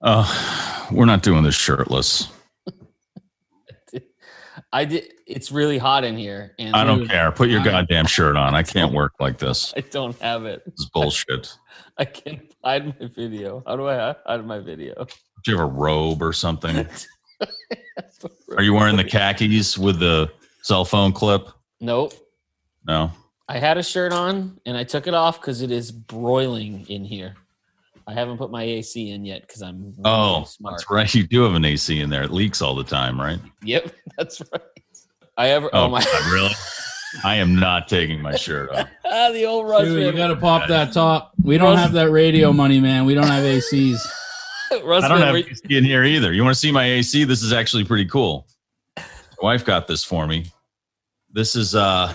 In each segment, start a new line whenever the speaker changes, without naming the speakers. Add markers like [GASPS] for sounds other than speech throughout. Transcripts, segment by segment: Uh, we're not doing this shirtless.
I did. It's really hot in here. And
I don't care. Put your goddamn shirt on. I can't work like this.
I don't have it.
This is bullshit.
I can't hide my video. How do I hide my video?
Do you have a robe or something? Are you wearing the khakis with the cell phone clip?
Nope.
No.
I had a shirt on and I took it off because it is broiling in here. I haven't put my AC in yet because I'm really
Oh,
smart.
that's right. You do have an AC in there. It leaks all the time, right?
Yep, [LAUGHS] that's right. I ever
Oh,
oh, my [LAUGHS]
God, really? I am not taking my shirt off.
ah, the old rush
Dude, you
[LAUGHS] river.
gotta pop that top. We don't have that radio money, man. We don't have ACs.
Russ
I don't have
River-
AC in here either. You want to see my AC? This is actually pretty cool. My wife got this for me. This is uh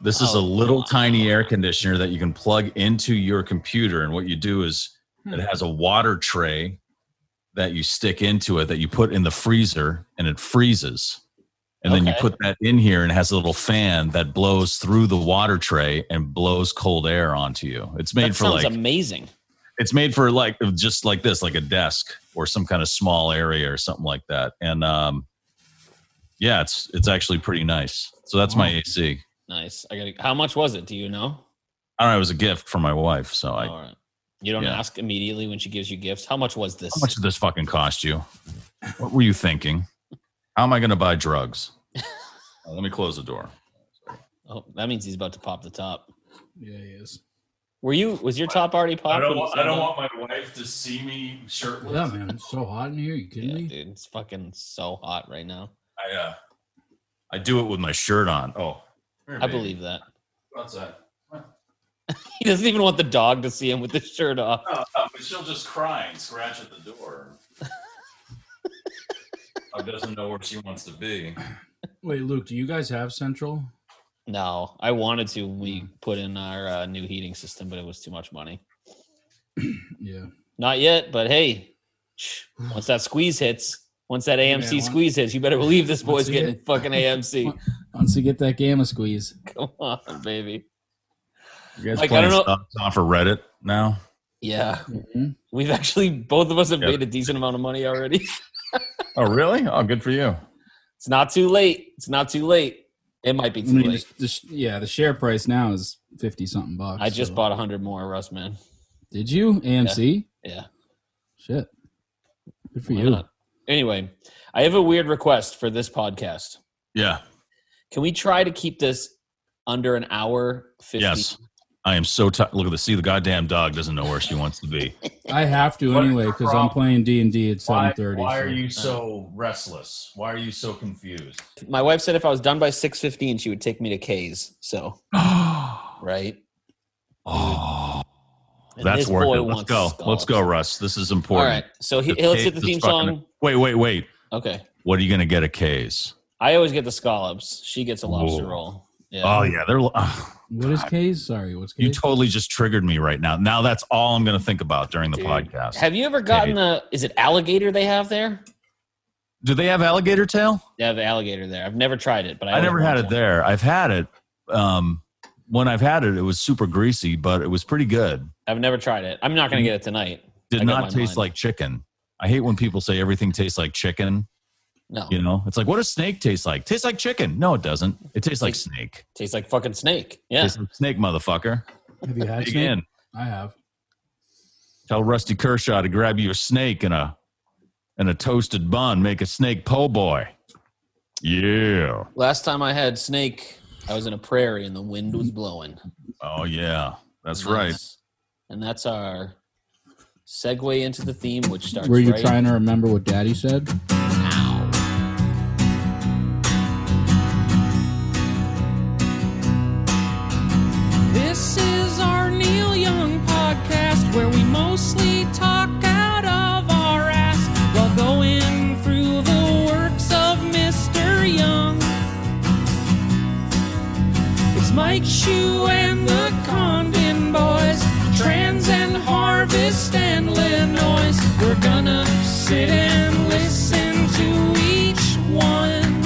this is a
Oh,
little
wow.
tiny air conditioner that you can plug into your computer and what you do is
Hmm.
it has a water tray that you stick into it that you put in the freezer and it freezes. And then you
Okay.
put that in here and it has a little fan that blows through the water tray and blows cold air onto you. It's made
that
for
sounds
like
amazing.
it's made for like just like this like a desk or some kind of small area or something like that and um yeah it's it's actually pretty nice so that's my ac
Nice. I gotta. How much was it? Do you know?
i don't know it was a gift from my wife so i
All right. You don't
Yeah.
ask immediately when she gives you gifts. How much was this?
how much did this fucking cost you what were you thinking how am i going to buy drugs Uh, let me close the door
Oh, that means he's about to pop the top.
Yeah, he is.
Were you? Was your top already popped? when you said that?
my wife to see me shirtless
Yeah, man. It's so hot in here. You kidding
Yeah,
me?
dude, it's fucking so hot right now.
i uh i do it with my shirt on oh
I believe that. [LAUGHS]
what's that
He doesn't even want the dog to see him with the shirt off.
No, no, Oh, but she'll just cry and scratch at the door. Dog doesn't know where she wants to be.
Wait, Luke, do you guys have central?
No, I wanted to. when We put in our uh, new heating system, but it was too much money.
Yeah.
Not yet, but hey, shh, once that squeeze hits, once that
Yeah,
AMC
once-
squeeze hits, you better believe this
once
boy's
it
getting
hit. [LAUGHS]
fucking AMC.
Once you get that gamma squeeze.
Come on, baby.
You guys
Like, I
playing
don't know-
stuff off of Reddit now?
Yeah,
Mhm.
we've actually both of us have
Yeah.
made a decent amount of money already.
Oh, really? Oh, good for you.
It's not too late. It's not too late. It might be
I
too
mean,
late.
the- the sh- yeah, the share price now is 50 something bucks.
I just
so-
bought a hundred more, Russ. Man,
Did you? AMC?
yeah.
Shit. Good for
why
you.
not? Anyway, I have a weird request for this podcast.
Yeah.
Can we try to keep this under an hour? 50?
Yes. I am so tired. Look at this. See, the goddamn dog doesn't know where she wants to
[LAUGHS]
be.
I have to
What is
anyway
your
because I'm
problem?
playing D and D at 7:30. so-
so restless? Why are you so confused?
My wife said if I was done by six fifteen, she would take me to K's. So
[GASPS] oh,
right. And
that's
this
worth
boy
it. Let's
wants
go. Let's
scallops.
go, Russ. This is
All
important.
right. So he,
The
let's hit
K's
the
is
theme
fucking-
song.
Wait, wait, wait.
Okay.
What are you going to get a K's?
I always get the scallops. She gets a lobster
Whoa.
roll. Yeah.
Oh, yeah. They're. Uh,
What is K's? Sorry, what's
You
K's?
totally just triggered me right now. Now that's all I'm going to think about during the
Dude.
podcast.
Have you ever gotten the? Is it alligator they have there?
Do they have alligator tail?
They have alligator there. I've never tried it, but I,
I
always
never had
want
it
one.
there. I've had it. Um, when I've had it, it was super greasy, but it was pretty good.
I've never tried it. I'm
Mm.
not gonna get it tonight.
Did
I got my
not taste
mind.
like chicken. I hate when people say everything tastes like chicken.
No.
You know, it's like what does snake taste like? Tastes like chicken? No, it doesn't. It tastes like snake.
Tastes like fucking snake. Yeah.
Tastes like snake, motherfucker.
Have you had
Dig
snake?
in.
I have.
Tell Rusty Kershaw to grab you a snake and a and a toasted bun. Make a snake po' boy. Yeah.
Last time I had snake, I was in a prairie and the wind was blowing.
Oh yeah. That's
And
right.
And that's our segue into the theme, which starts.
Were you
right
trying to remember what Daddy said?
This is our Neil Young podcast where we mostly talk out of our ass while going through the works of Mr. Young. It's Mike Shue and the Condon Boys, Trans and Harvest and Illinois. We're gonna sit and listen to each one.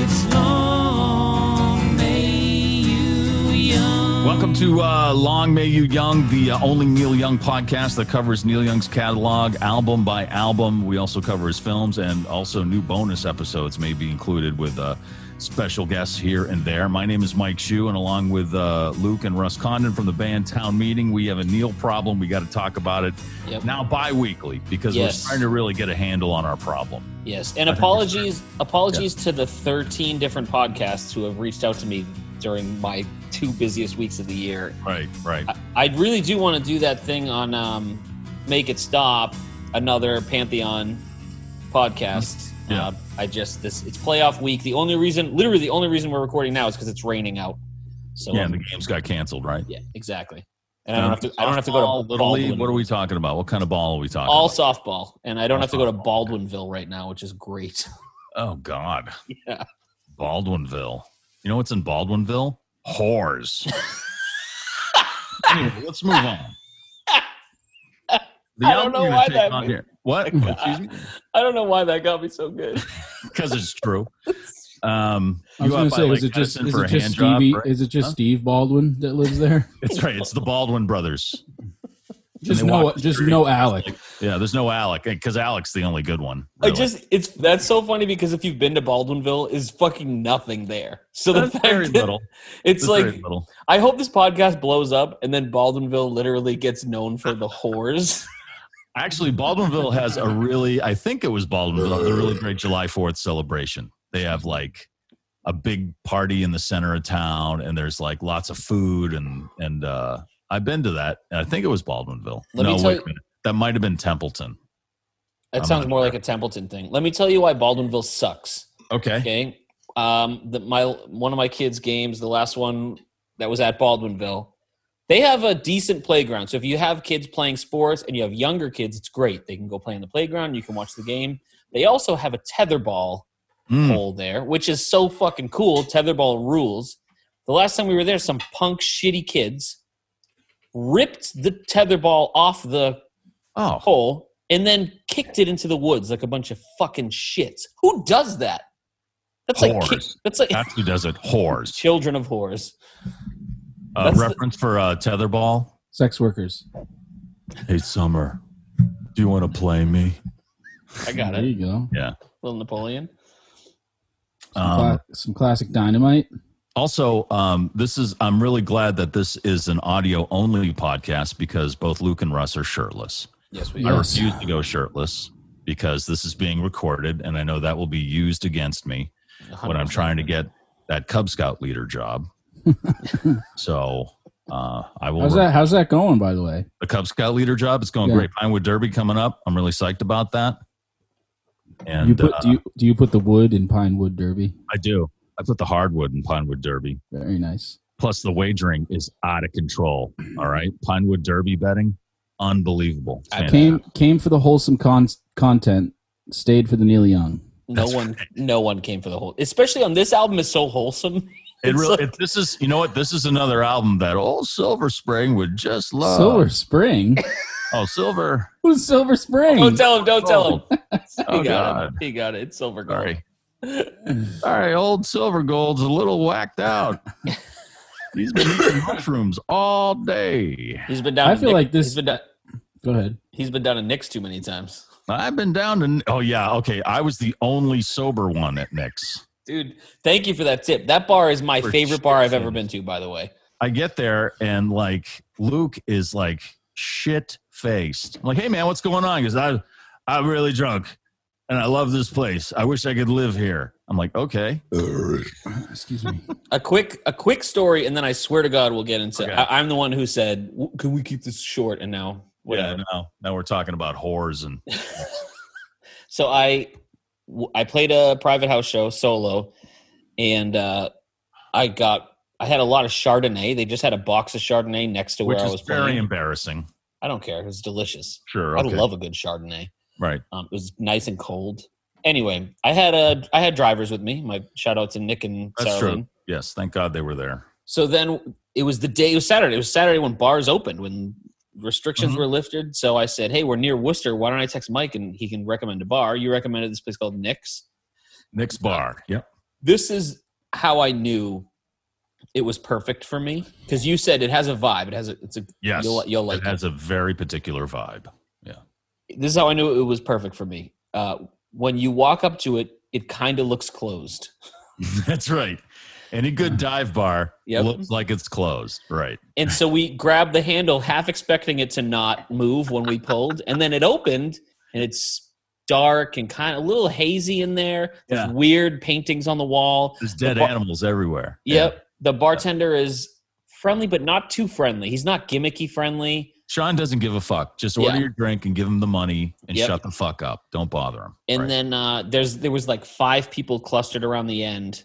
It's long may you young.
Welcome to uh, Long May You Young, the uh, only Neil Young podcast that covers Neil Young's catalog album by album. We also cover his films and also new bonus episodes may be included with uh, special guests here and there. My name is Mike Shue, and along with uh, Luke and Russ Condon from the band Town Meeting, we have a Neil problem. We got to talk about it
Yep.
now bi weekly because
Yes.
we're trying to really get a handle on our problem.
Yes, and
I think it's fair.
apologies, apologies to the thirteen different podcasts who have reached out to me during my two busiest weeks of the year.
Right, right.
I, I really do want to do that thing on um, Make It Stop, another Pantheon podcast.
Mm-hmm. Yeah.
Uh, I just this it's playoff week. The only reason, literally, the only reason we're recording now is because it's raining out. So
yeah,
um,
and the games got canceled, right?
yeah, exactly. And I don't have to. I don't have to go to
Softball, Little League.
Baldwin.
What are we talking about? What kind of ball are we talking
all
about?
softball, and I don't
All
have to go to
softball.
Baldwinville right now, which is great.
Oh God.
Yeah.
Baldwinville. You know what's in Baldwinville? Whores. anyway, let's move
[LAUGHS]
on. The
I don't
other
know
thing
why
to take
that
on
made-
here- What?
I don't know why that got me so
[LAUGHS]
good.
Because it's
[LAUGHS]
true. Um,
I
you
was going
out
to
by
say,
Lake
is it just
Edison
is
for
it
a
just
hand job,
Stevie?
right?
Is it just
Huh?
Steve Baldwin that
[LAUGHS]
lives there?
It's right. It's the Baldwin brothers.
Just
they
no,
walk the
just
street.
no Alec.
Yeah, there's no Alec because Alec's the only good one.
I
really.
just it's that's so funny because if you've been to Baldwinville, is fucking nothing there. So the
There's
fact
very
that
little.
[LAUGHS] it's
There's
like
very little.
I hope this podcast blows up and then Baldwinville literally gets known for the whores. [LAUGHS]
Actually, Baldwinville has a really, I think it was Baldwinville, a really great July 4th celebration. They have like a big party in the center of town and there's like lots of food and, and, uh, I've been to that. and I think it was Baldwinville.
Let me
no,
tell
wait
you-
a minute. That might have been Templeton.
That
I'm
sounds
not
more
sure.
like a Templeton thing. Let me tell you why Baldwinville sucks.
Okay.
Okay, um, the, my one of my kids' games, the last one that was at Baldwinville, they have a decent playground. So if you have kids playing sports and you have younger kids, it's great. They can go play in the playground. You can watch the game. They also have a tetherball
Mm.
hole there, which is so fucking cool. Tetherball rules. The last time we were there, some punk shitty kids ripped the tetherball off the
Oh,
hole and then kicked it into the woods like a bunch of fucking shits. Who does that? That's like ki-
Whores.
that's like
that's who does it. Whores.
[LAUGHS] children of whores.
Uh,
That's the-
reference for uh, tetherball.
Sex workers.
Hey, Summer, do you want to play me?
I got
Mm-hmm.
There
it.
you go.
Yeah.
Little Napoleon.
Um,
Cla- some classic dynamite.
Also, um, this is I'm really glad that this is an audio only podcast because both Luke and Russ are shirtless.
Yes, we
Yeah.
I
Yes.
refuse to go shirtless because this is being recorded and I know that will be used against me when I'm trying to get that Cub Scout leader
[LAUGHS]
job. so uh, I will
How's that? How's that going? By the way,
the Cub Scout leader job. It's going
Yeah.
great. Pinewood Derby coming up. I'm really psyched about that. And
you put
uh,
do you do you put the wood in pine wood derby?
I do. I put the hardwood in Pinewood Derby.
Very nice.
Plus, the wagering is out of control. All right. Pinewood Derby betting, unbelievable.
I
Fantastic.
Came came for the wholesome con- content. Stayed for the Neil Young.
No
That's
one, no one came for the whole. Especially on this album is so wholesome. [LAUGHS]
It
It's
really,
like-
it- this is, you know what? This is another album that old Silver Spring would just love.
Silver Spring.
Oh, Silver.
Who's Silver
[LAUGHS]
Spring?
Don't tell him. Don't tell him.
Oh,
[LAUGHS] he got
God.
it. He got it. It's Silver Gold.
Sorry. Sorry. Old Silver Gold's a little whacked out. He's been eating mushrooms all day.
He's been down.
I
to
feel
Nick-
like this-
He's been, down,
Go ahead.
he's been down to Nick's too many times,
I've been down to, oh, yeah. Okay. I was the only sober one at Nick's.
dude. Thank you for that tip. That bar is my
For
favorite bar I've
shit
ever been to. By the way,
I get there and like Luke is like shit faced. I'm like, hey man, what's going on? Because I I'm really drunk and I love this place. I wish I could live here. I'm like, okay.
Excuse
[LAUGHS]
me.
A quick, a quick story, and then I swear to God, we'll get into.
Okay.
I, I'm the one who said, "W- "Can we keep this short?" And now, whatever.
Yeah, now now we're talking about whores and
So I w- I played a private house show solo, and uh, I got I had a lot of Chardonnay. They just had a box of Chardonnay next to where
which
I
is
was
very
playing.
embarrassing.
I don't care. It was delicious.
Sure.
I
Okay.
love a good Chardonnay.
right.
Um, it was nice and cold. Anyway, I had a I had drivers with me. My shout out to Nick and
That's
Sarah
true.
Lynn.
Yes. Thank God they were there.
So then it was the day. It was Saturday. It was Saturday when bars opened when restrictions
Mhm.
were lifted. So I said, "Hey, we're near Worcester. Why don't I text Mike and he can recommend a bar? You recommended this place called Nick's.
Nick's bar. Yep.
this is how I knew it was perfect for me because you said it has a vibe. It has a. It's a.
Yes.
You'll, you'll like
it has a very particular vibe. [LAUGHS]
it. This is how I knew it was perfect for me. Uh, when you walk up to it, it kind of looks closed.
That's right. Any good dive bar
Mm. Yep.
looks like it's closed. Right.
And so we grabbed the handle, half expecting it to not move when we pulled, and then it opened, and it's dark and kind of a little hazy in there. There's
Yeah.
weird paintings on the wall.
There's dead
The bar-
animals everywhere.
Yep. The bartender is friendly, but not too friendly. He's not gimmicky friendly.
Sean doesn't give a fuck. Just order
Yeah.
your drink and give him the money and
Yep.
shut the fuck up. Don't bother him.
and
Right.
then uh, there's there was like five people clustered around the end,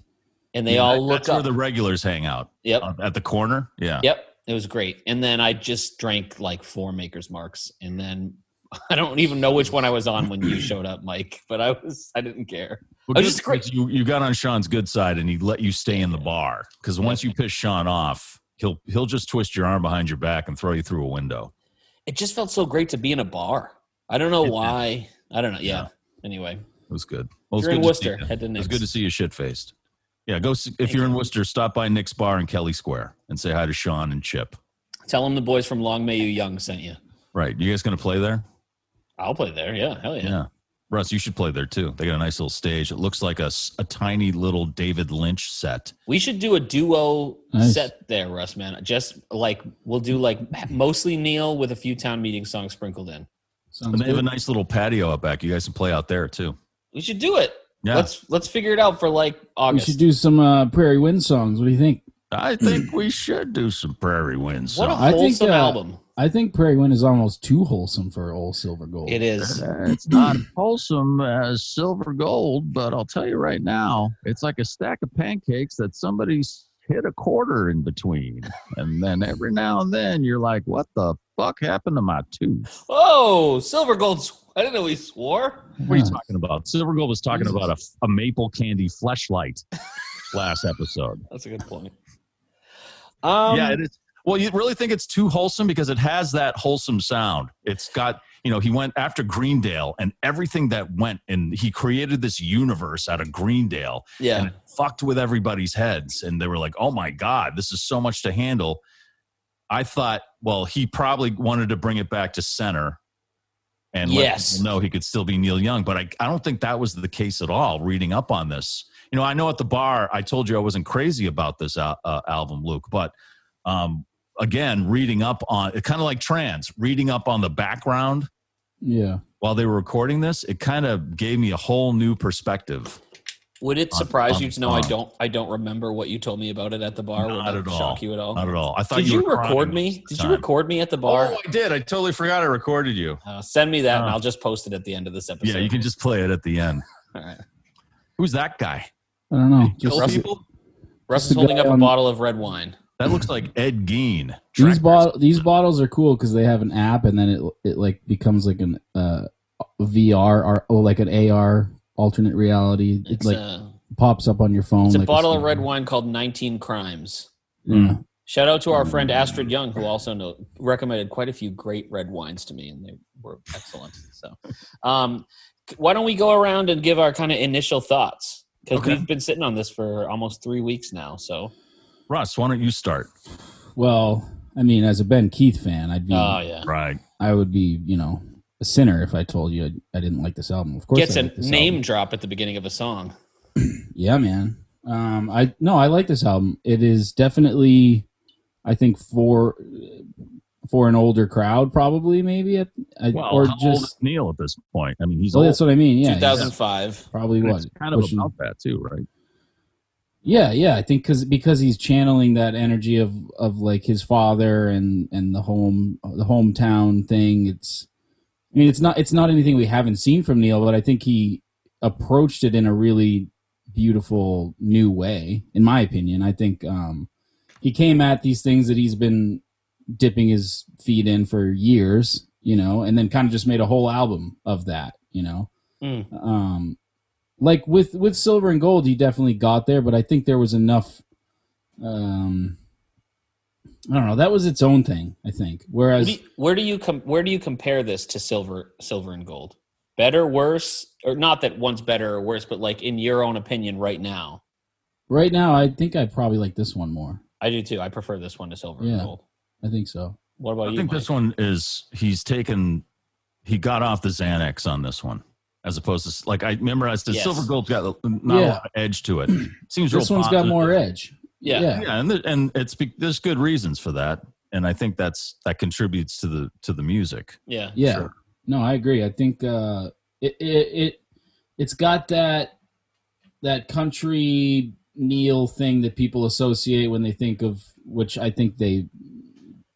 and they
Yeah,
all
that-
look
Mm, That's
up.
where the regulars hang out
yep,
uh, at the corner. Yeah.
yep, it was great. And then I just drank like four Maker's Marks, and then [LAUGHS] I don't even know which one I was on when you showed up, Mike. [LAUGHS] But I was I didn't care.
Well,
Oh,
good
just
thing
great-
that You you got on Sean's good side and he let you stay in the bar because once you piss Sean off, he'll he'll just twist your arm behind your back and throw you through a window.
It just felt so great to be in a bar. I don't know
It did.
why. I don't know. Yeah. Anyway,
It was good. Well, it's
you're in
good to see
Worcester.
you.
Head to
It
Nick's.
was good to see you shit faced. Yeah, go see, if you're in Worcester, stop by Nick's Bar in Kelly Square and say hi to Sean and Chip.
Tell them the boys from Long May You Young sent you.
Right, you guys gonna play there?
I'll play there. Yeah, hell yeah.
Russ, you should play there too. They got a nice little stage. It looks like a, s- a tiny little David Lynch set.
We should do a duo
Nice.
set there, Russ, man. Just like we'll do like mostly Neil with a few town meeting songs sprinkled in.
Sounds
And they have a
good.
nice little patio out back. You guys can play out there too.
We should do it.
Yeah.
Let's let's figure it out for like
We
August.
should do some uh, Prairie Wind songs. What do you think?
[CLEARS THROAT] I think we should do some Prairie Wind
what a
songs.
I think,
wholesome
uh,
album.
I think Prairie Wind is almost too wholesome for old Silver
Oh,
Gold.
It is.
[CLEARS THROAT] It's not wholesome as silver gold, but I'll tell you right now, it's like a stack of pancakes that somebody's hit a quarter in between. And then every now and then you're like, what the fuck happened to my tooth?
Oh, Silver Gold. sw- I didn't know he swore.
What are you
Yeah.
talking about? Silver Gold was talking
Jesus.
about a, f- a maple candy fleshlight last episode.
That's a good point. Um,
yeah, it is. Well, you really think it's too wholesome because it has that wholesome sound. It's got, you know, he went after Greendale and everything that went and he created this universe out of Greendale
yeah.
and it fucked with everybody's heads. And they were like, oh my God, this is so much to handle. I thought, well, he probably wanted to bring it back to center and
Yes.
let people know he could still be Neil Young. But I, I don't think that was the case at all reading up on this. You know, I know at the bar, I told you I wasn't crazy about this al- uh, album, Luke, but um, again, reading up on it, kind of like trans, reading up on the background
Yeah.
while they were recording this, it kind of gave me a whole new perspective.
Would it
Um,
surprise
um,
you to know I
um.
don't I don't remember what you told me about it at the bar? Would
Not
that
at all.
shock you at all?
Not at all. I thought
Did you,
were
record
crying.
me? Did you
time.
record me at the bar?
Oh, I did. I totally forgot I recorded you.
Uh, send me that, and
Uh,
I'll just post it at the end of this episode.
Yeah, you can just play it at the end.
All right.
Who's that guy?
I don't know.
Kill
Just-
people?
Russ
Just
is
the
holding
guy
up a
on-
bottle of red wine.
That looks like Ed Gein.
these
Trackers.
bot- these bottles are cool because they have an app, and then it it like becomes like an uh, VR or oh like an AR alternate reality. It
It's uh,
like
a,
pops up on your phone.
it's a
like
bottle of
screen.
red wine called 19 Crimes.
Yeah.
Shout out to our friend
Hmm.
Astrid Young, who also know, recommended quite a few great red wines to me, and they were excellent. So, um, why don't we go around and give our kind of initial thoughts? Because
Okay.
we've been sitting on this for almost three weeks now. So,
Russ, why don't you start?
Well, I mean, as a Ben Keith fan, I'd be
oh yeah,
Right.
I would be you know a sinner if I told you I, I didn't like this album. Of course,
gets
I
a
like this
name
album.
drop at the beginning of a song.
Yeah, man. Um, I no, I like this album. It is definitely, I think, for for an older crowd, probably maybe, at, I-
Well,
or
how old is
just.
Neil at this point? I mean, he's
Well,
old.
that's what I mean. Yeah, he's
2005.
probably
And
what
it's kind of
pushing-
about that too, right?
Yeah, yeah, I think because because he's channeling that energy of of like his father and and the home the hometown thing. It's I mean it's not it's not anything we haven't seen from Neil, but I think he approached it in a really beautiful new way, in my opinion. I think um, he came at these things that he's been dipping his feet in for years, you know, and then kind of just made a whole album of that, you know.
Mm.
Um, like with with silver and gold, he definitely got there, but I think there was enough. Um, I don't know. That was its own thing, I think.
Where
Whereas
do you, where do you com- where do you compare this to silver silver and gold? Better, worse, or not that one's better or worse, but like in your own opinion right now.
right now, I think I probably like this one more.
I do too. I prefer this one to silver and
Yeah.
gold.
I think so.
What about
I
you?
think
Mike?
this one is he's taken he got off the Xanax on this one. As opposed to like I memorized the
Yes.
silver gold's got not a
Yeah.
lot of edge to it.
[CLEARS THROAT]
Seems
This
real
one's got
positive.
more edge.
yeah.
yeah.
Yeah, and th- and it's be- there's good reasons for that, and I think that's that contributes to the to the music.
yeah,
Yeah.
Sure.
No, I agree. I think uh, it, it it it's got that that country Neil thing that people associate when they think of which I think they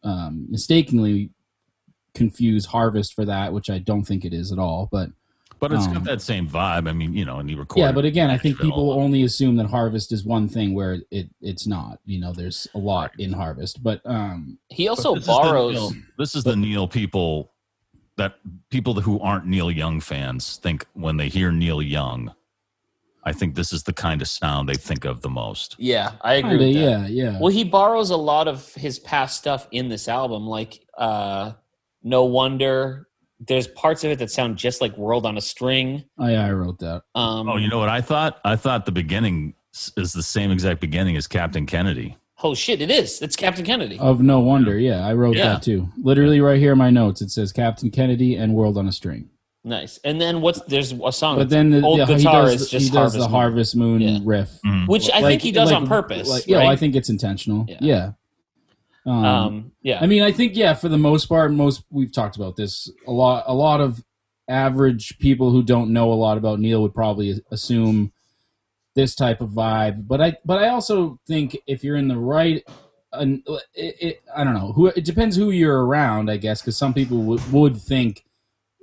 um, mistakenly confuse harvest for that, which I don't think it is at all. But
But it's
Um,
got that same vibe. I mean, you know, and he recorded.
yeah, but again, I think
Nashville.
people only assume that harvest is one thing where it it's not. You know, there's a lot in harvest, but um,
He also
This is the
borrows.
Neil- this is the Neil people that people who aren't Neil Young fans think when they hear Neil Young. I think this is the kind of sound they think of the most.
Yeah, I agree.
kinda,
with that.
yeah, yeah,
Well, he borrows a lot of his past stuff in this album, like uh No Wonder. There's parts of it that sound just like World on a String.
I I wrote that.
Um,
Oh, you know what I thought? I thought the beginning s- is the same exact beginning as Captain Kennedy.
oh shit, it is. It's Captain Kennedy.
Of no wonder, yeah, I wrote
Yeah.
that too. Literally right here in my notes, it says Captain Kennedy and World on a String.
nice. And then what's there's a song.
But then the,
Oh, old
the- he
guitar
does,
is
the-
just
he does
Harvest
the
Moon.
Harvest Moon
Yeah.
riff,
Mm.
which I
Like-
think he does
like-
on purpose.
like-
right?
Yeah, well, I think it's intentional.
Yeah.
Yeah. Um,
um, yeah.
I mean, I think yeah, for the most part, most we've talked about this a lot. A lot of average people who don't know a lot about Neil would probably assume this type of vibe. But I, but I also think if you're in the right, an, it, it, I don't know who. It depends who you're around, I guess, because some people would would think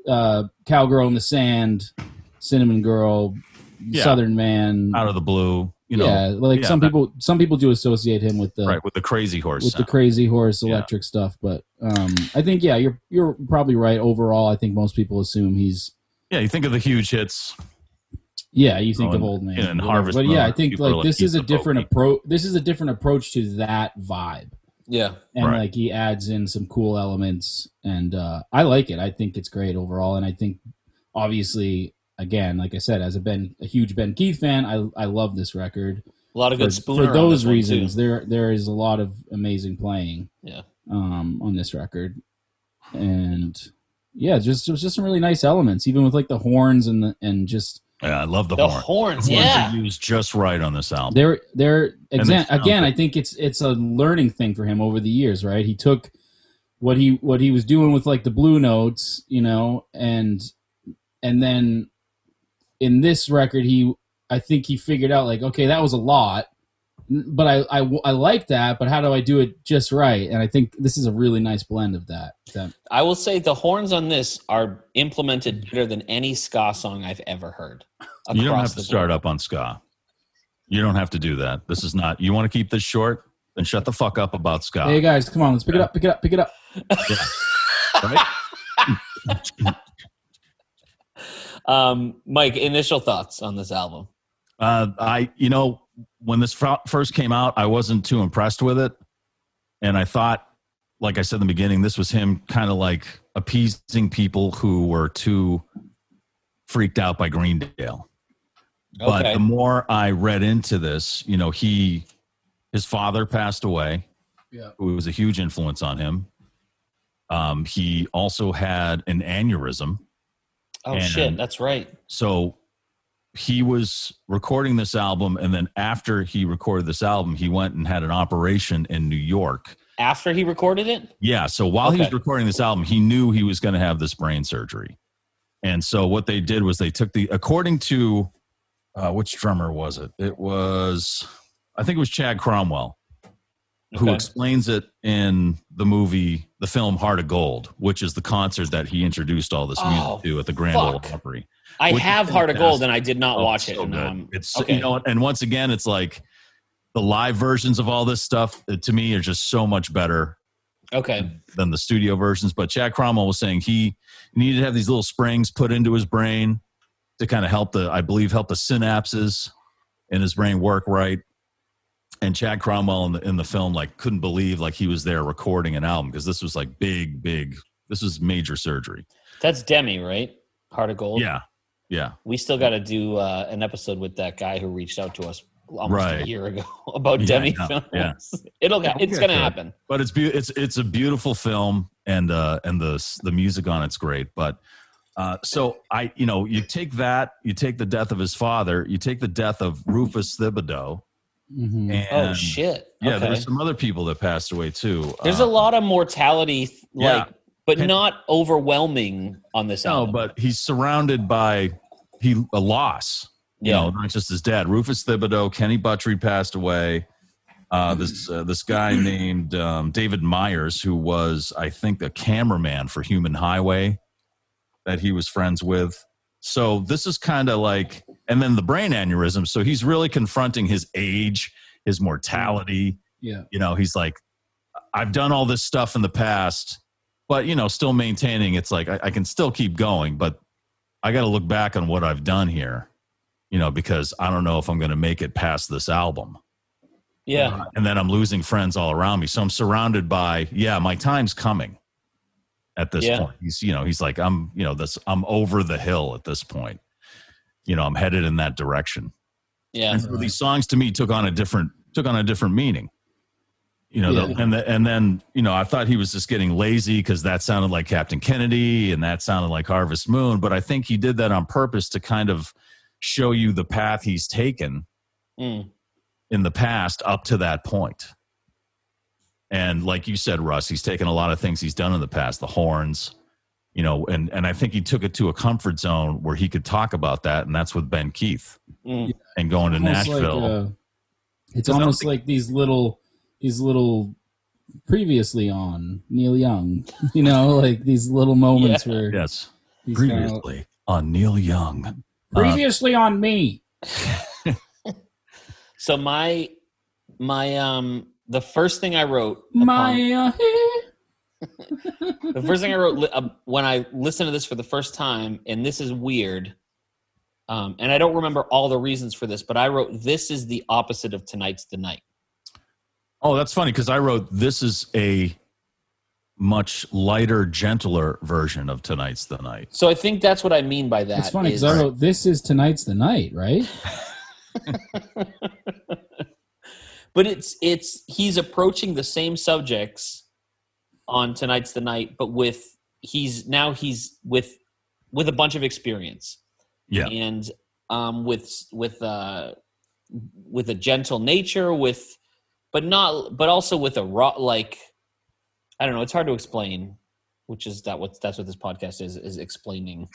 uh, cowgirl in the sand, cinnamon girl,
Yeah.
southern man.
Out of the blue, you know,
yeah, like
yeah,
some
that-
people, some people do associate him with the
right with the crazy horse.
with the
sound.
crazy horse
Yeah.
electric stuff. But um, I think yeah, you're you're probably right overall. I think most people assume he's
yeah, you think of the huge hits.
yeah. You think
Oh,
of
and-
old man,
yeah, and
whatever.
Harvest
but
Moon,
yeah, I think
people are
like
like,
this
he's
is a
the
different
bogey.
approach. This is a different approach to that vibe,
yeah.
and
Right.
like he adds in some cool elements, and uh, I like it. I think it's great overall, and I think obviously. Again, like I said, as a Ben, a huge Ben Keith fan, I I love this record.
A lot of good
for,
Spooner
for
on
those
this one, too.
reasons there there is a lot of amazing playing
Yeah.
um on this record and yeah just there's just some really nice elements even with like the horns and the and just
Yeah, I love the,
The
horn.
horns,
The horns
yeah.
are used just right on this album.
they're they're exa-
sound
again
good.
i think it's it's a learning thing for him over the years right he took what he what he was doing with like the blue notes you know and and then in this record he i think he figured out like okay that was a lot n- but I, I w- I like that but how do i do it just right and i think this is a really nice blend of that, that
I will say the horns on this are implemented better than any ska song I've ever heard.
you don't
across
have
the
to start up on ska. You don't have to do that. This is not. You want to keep this short? Then shut the fuck up about ska.
hey guys come on let's pick it up pick it up pick it up
board. Um, Mike, initial thoughts on this album?
Uh, I, you know, when this fro- first came out, I wasn't too impressed with it, and I thought, like I said in the beginning, this was him kind of like appeasing people who were too freaked out by Greendale. But
Okay.
the more I read into this, you know, he, his father passed away,
Yeah.
who was a huge influence on him. Um, he also had an aneurysm,
Oh
and- um,
shit, that's right.
so he was recording this album, and then after he recorded this album, he went and had an operation in New York.
After he recorded it,
Yeah. So while he was
Okay.
recording this album, he knew he was going to have this brain surgery. And so what they did was they took the, according to, uh, which drummer was it? It was, I think it was Chad Cromwell, who
Okay.
explains it in the movie, the film Heart of Gold, which is the concert that he introduced all this
Oh,
music to at the Grand Ole
fuck.
Opry.
I
Which is
have Heart of Gold,
fantastic.
and I did not
Oh,
watch
it's
it.
so
and,
good.
um,
it's
okay.
you know, and once again, it's like the live versions of all this stuff uh, to me are just so much better
okay.
than the studio versions. But Chad Cromwell was saying he needed to have these little springs put into his brain to kind of help the, I believe, help the synapses in his brain work right. And Chad Cromwell in the, in the film like couldn't believe like he was there recording an album because this was like big, big. This was major surgery.
That's Demi, right? Heart of Gold.
Yeah, yeah.
We still got to do uh, an episode with that guy who reached out to us almost a
Right.
year ago [LAUGHS] about
Yeah,
Demi
I know.
films.
Yeah.
[LAUGHS] It'll
Yeah,
get,
we'll
it's
get
gonna
to it.
happen.
But it's be- it's it's a beautiful film, and uh, and the s- the music on it's great. But uh, so I, you know, you take that, you take the death of his father, you take the death of Rufus Thibodeau,
Mhm.
And
oh shit!
Yeah, there's
Okay. There's,
some other people that passed away too.
a lot of mortality, th-
Uh, yeah.
like, but
And-
not overwhelming on this
No,
album.
but he's surrounded by he a loss. You
Yeah.
know, not just his dad. Rufus Thibodeau, Kenny Buttry passed away. Uh, this uh, this guy named um, David Myers, who was I think a cameraman for Human Highway, that he was friends with. So this is kind of like, and then the brain aneurysm. So he's really confronting his age, his mortality.
Yeah.
you know he's like i've done all this stuff in the past but you know still maintaining it's like i, I can still keep going but i got to look back on what i've done here you know because i don't know if i'm going to make it past this album
yeah,
and then i'm losing friends all around me so i'm surrounded by yeah my time's coming at this
Yeah.
point he's you know he's like i'm you know this i'm over the hill at this point you know i'm headed in that direction
yeah,
and so these songs to me took on a different took on a different meaning you know the-
Yeah.
and the, and then you know i thought he was just getting lazy because that sounded like captain kennedy and that sounded like harvest moon but i think he did that on purpose to kind of show you the path he's taken
Mm.
in the past up to that point and like you said russ he's taken a lot of things he's done in the past the horns you know and and i think he took it to a comfort zone where he could talk about that and that's with ben keith
Mm.
and going to
Almost like,
nashville
uh,
Does
it's
that
almost
make-
like these little, these little, previously on Neil Young. [LAUGHS] You know, like these little moments where
Yes.
he's kinda-
Previously on Neil Young. Uh,
previously on me.
So my my um the first thing I wrote upon-
My uh, [LAUGHS]
the first thing I wrote li- uh, when I listened to this for the first time, and this is weird, um, and I don't remember all the reasons for this, but I wrote this is the opposite of tonight's the night.
Oh, that's funny because I wrote this is a much lighter, gentler version of Tonight's the Night.
So I think that's what I mean by that.
it's funny
is-
because I wrote this is tonight's the night, right?
but it's it's he's approaching the same subjects on tonight's the night, but with he's now he's with with a bunch of experience.
Yeah.
and um, with with uh, with a gentle nature, with but not but also with a raw like I don't know. It's hard to explain, which is that what that's what this podcast is is explaining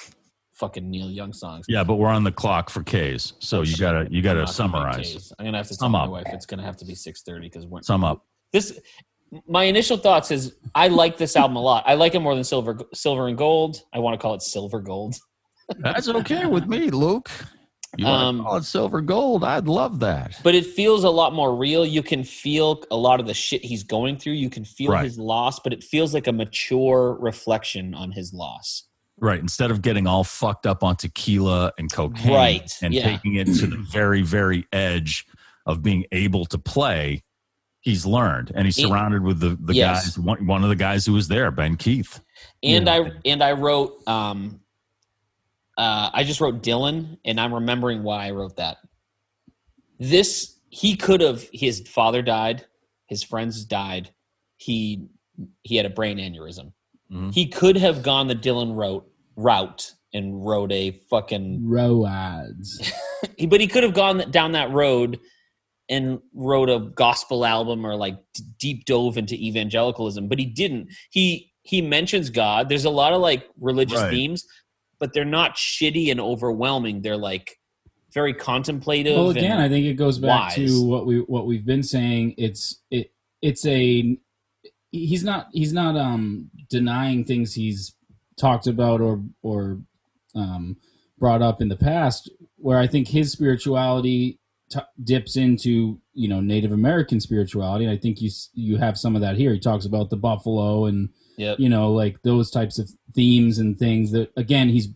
fucking Neil Young songs.
Yeah, but we're on the clock for K's. So you gotta you gotta
I'm not gonna make
summarize.
K's. I'm gonna have to tell
Sum
my
up.
wife it's gonna have to be six thirty because we're
Sum up.
this. My initial thoughts is I like this album a lot. I like it more than silver silver and gold. I want to call it silver gold.
That's okay with me, Luke. You
Um,
it silver gold? I'd love that.
but it feels a lot more real. You can feel a lot of the shit he's going through. You can feel
Right.
his loss, but it feels like a mature reflection on his loss.
Right. Instead of getting all fucked up on tequila and cocaine
Right,
and
yeah.
taking it to the very, very edge of being able to play, he's learned. And he's
It-
surrounded with the, the
Yes.
guys, one, one of the guys who was there, Ben Keith.
And I and I wrote um uh I just wrote Dylan and I'm remembering why I wrote that. This he could have his father died, his friends died. He he had a brain aneurysm.
Mhm.
He could have gone the Dylan route route and wrote a fucking.
Roads.
he- But he could have gone th- down that road and wrote a gospel album or like d- deep dove into evangelicalism, but he didn't. He he mentions God. There's a lot of like religious
Right.
themes, but they're not shitty and overwhelming. They're like very contemplative.
Well, again,
and-
I think it goes
wise.
back to what we what we've been saying. It's it it's a he's not he's not um denying things he's talked about or or um brought up in the past. Where I think his spirituality t- dips into you know Native American spirituality, and I think you s- you have some of that here. He talks about the buffalo and
Yep.
you know like those types of themes and things that again he's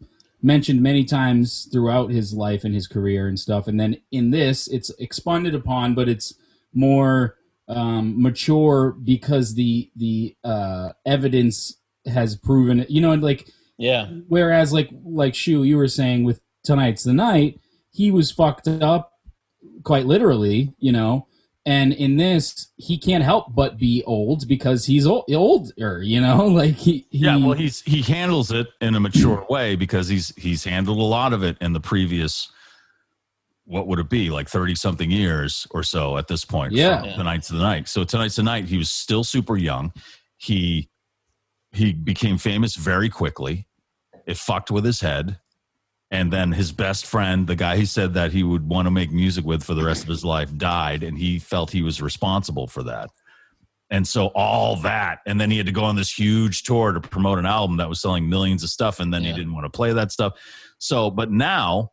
mentioned many times throughout his life and his career and stuff and then in this it's expanded upon but it's more um, mature because the the uh, evidence has proven it you know and like
yeah.
whereas like like shu you were saying with tonight's the night he was fucked up quite literally you know and in this he can't help but be old because he's old, older you know [LAUGHS] like he, he
yeah, well, he's he handles it in a mature way because he's he's handled a lot of it in the previous. What would it be like thirty something years or so at this point?
Yeah.
from the nights of the night. So tonight's the night. He was still super young. He he became famous very quickly. It fucked with his head, and then his best friend, the guy he said that he would want to make music with for the rest of his life, died, and he felt he was responsible for that. And so all that, and then he had to go on this huge tour to promote an album that was selling millions of stuff, and then
Yeah.
he didn't want to play that stuff. So, but now,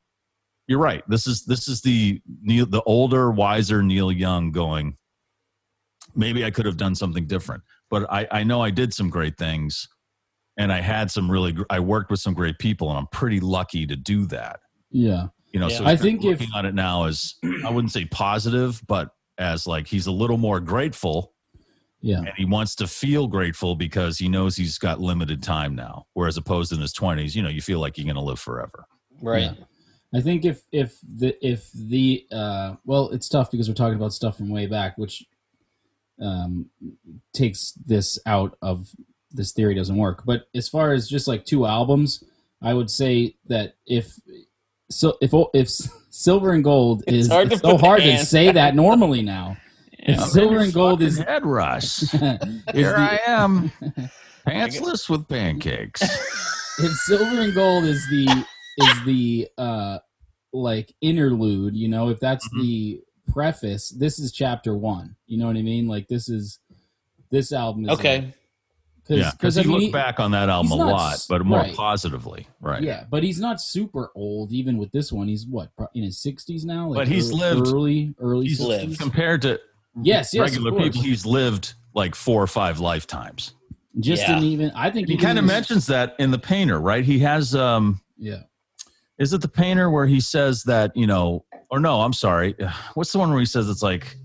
you're right. This is this is the Neil, the older, wiser Neil Young going. Maybe I could have done something different, but I I know I did some great things, and I had some really gr- I worked with some great people, and I'm pretty lucky to do that.
yeah
You know,
Yeah.
so
I
he's
think if-
looking on it now as [CLEARS THROAT] I wouldn't say positive, but as like he's a little more grateful
yeah
and he wants to feel grateful because he knows he's got limited time now. Whereas opposed in his 20s, you know, you feel like you're going to live forever.
Right.
I think if if the if the uh, well, it's tough because we're talking about stuff from way back, which um, takes this out of this theory doesn't work. But as far as just like two albums, I would say that if so if if silver and gold
It's
is
hard to
it's so
put the
hard to
hands
say that normally now. [LAUGHS] If silver and gold is, is
head rush.
the-
am, [LAUGHS] pantsless with
[LAUGHS]
pancakes.
if silver and gold is the is the uh like interlude you know if that's
Mm-hmm.
the preface this is chapter one you know what i mean like this is this album is
Okay.
yeah, because he
I mean,
looked
he-
back on that album a
he's not
lot,
s-
but more
right.
positively, right?
yeah but he's not super old even with this one he's what pro- in his 60s now like
But he's
ear-
lived-
early early
He's
60s?
lived.
Compared to
yes yes of
regular
course.
people, he's lived like four or five lifetimes.
just
Yeah.
didn't even i think
He
didn't
kind of
even-
mentions that in the painter, right? He has um
yeah
is it the painter where he says that, you know, or no, I'm sorry. [SIGHS] What's the one where he says it's like,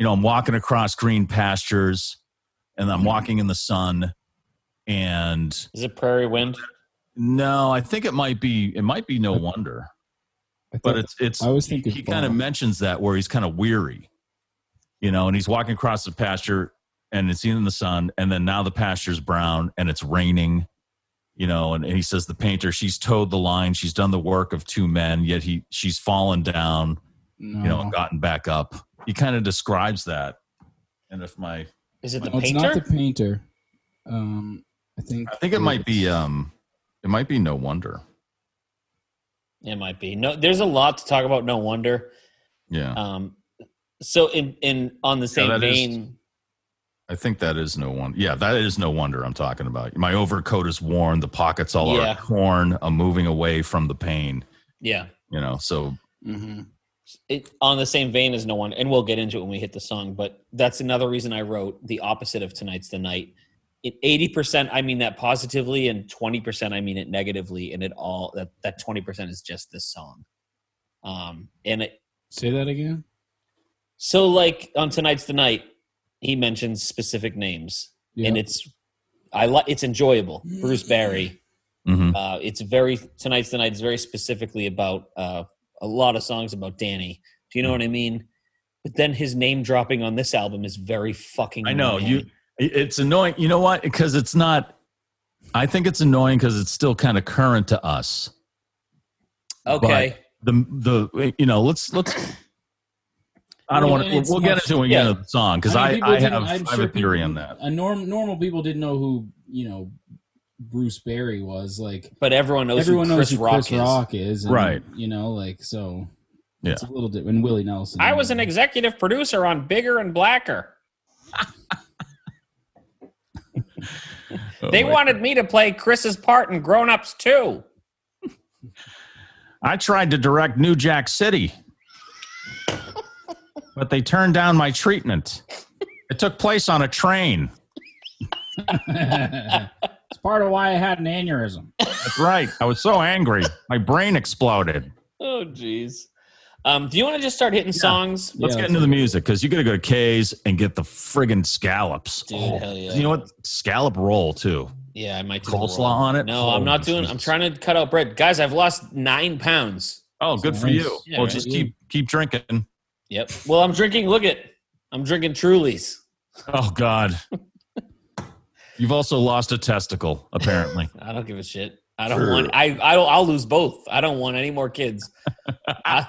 you know, I'm walking across green pastures and I'm walking in the sun and
Is it Prairie Wind?
No, I think it might be it might be no wonder.
I
But
thought-
it's it's
I was thinking
he kind of
fall.
mentions that where he's kind of weary. You know, and he's walking across the pasture and it's in the sun and then now the pasture's brown and it's raining. You know, and, and he says the painter, she's towed the line, she's done the work of two men, yet he she's fallen down, you know,
No.
and
Oh,
gotten back up. He kind of describes that. And if my
Is it the
No, Oh, it's
painter?
not the painter um i think
I think it might be um it might be no wonder.
it might be. No, there's a lot to talk about. No wonder.
Yeah.
Um, so in in on the same
that is-
vein,
I think that is no wonder. Yeah, that is no wonder I'm talking about. My overcoat is worn, the pockets all
Yeah.
are torn. I'm moving away from the pain,
yeah,
you know. So
Mhm.
it, on the same vein as no one, and we'll get into it when we hit the song. But that's another reason I wrote the opposite of tonight's the night. In eighty percent, I mean that positively, and twenty percent, I mean it negatively. And it all that that twenty percent is just this song. Um, and it,
Say that again.
so like on tonight's the night, he mentions specific names, and it's I like it's enjoyable. Bruce Barry.
mhm.
Uh, it's very tonight's the night is very specifically about uh, a lot of songs about Danny. Do you know what I mean? But then his name dropping on this album is very fucking.
I know
annoying.
you it's annoying. You know what? Because it's not I think it's annoying because it's still kind of current to us.
Okay.
But the the you know let's let's. I don't
Well,
want
and
to. We'll,
it's
we'll get
much-
into it when we
yeah.
get into the song because
mean,
I,
people
I,
didn't-
have
I'm
I have
sure
a theory
people-
on that.
A norm, normal people didn't know who you know Bruce Barry was. Like
But everyone knows
everyone
who Chris
knows who
Rock
Chris
is.
Rock is, and,
Right.
You know, like so.
Yeah.
It's a little different. And Willie Nelson.
I
[LAUGHS]
was an executive producer on Bigger and Blacker. They
Oh,
wanted me to play Chris's part in Grown Ups too.
I tried to direct New Jack City, but they turned down my treatment. It took place on a train.
it's part of why I had an aneurysm.
That's right. I was so angry, my brain exploded.
Oh, jeez. Um, do you want to just start hitting songs?
Let's
Yeah,
get into the music because you got to go to K's and get the friggin' scallops. Oh,
Dude, hell yeah.
You know what? Scallop roll too.
Yeah, I might do the
Coleslaw
roll.
on it.
No, I'm
Holy
not doing. I'm
Jesus.
trying to cut out bread, guys. I've lost nine pounds.
Oh, good for
Nice.
you.
Yeah,
well,
right.
just keep keep drinking.
Yep. Well, I'm drinking. Look at. I'm drinking Trulies.
Oh
[LAUGHS]
God. You've also lost a testicle, apparently.
I don't give a shit. I don't want. I. I don't. I'll lose both. I don't want any more kids.
[LAUGHS]
I-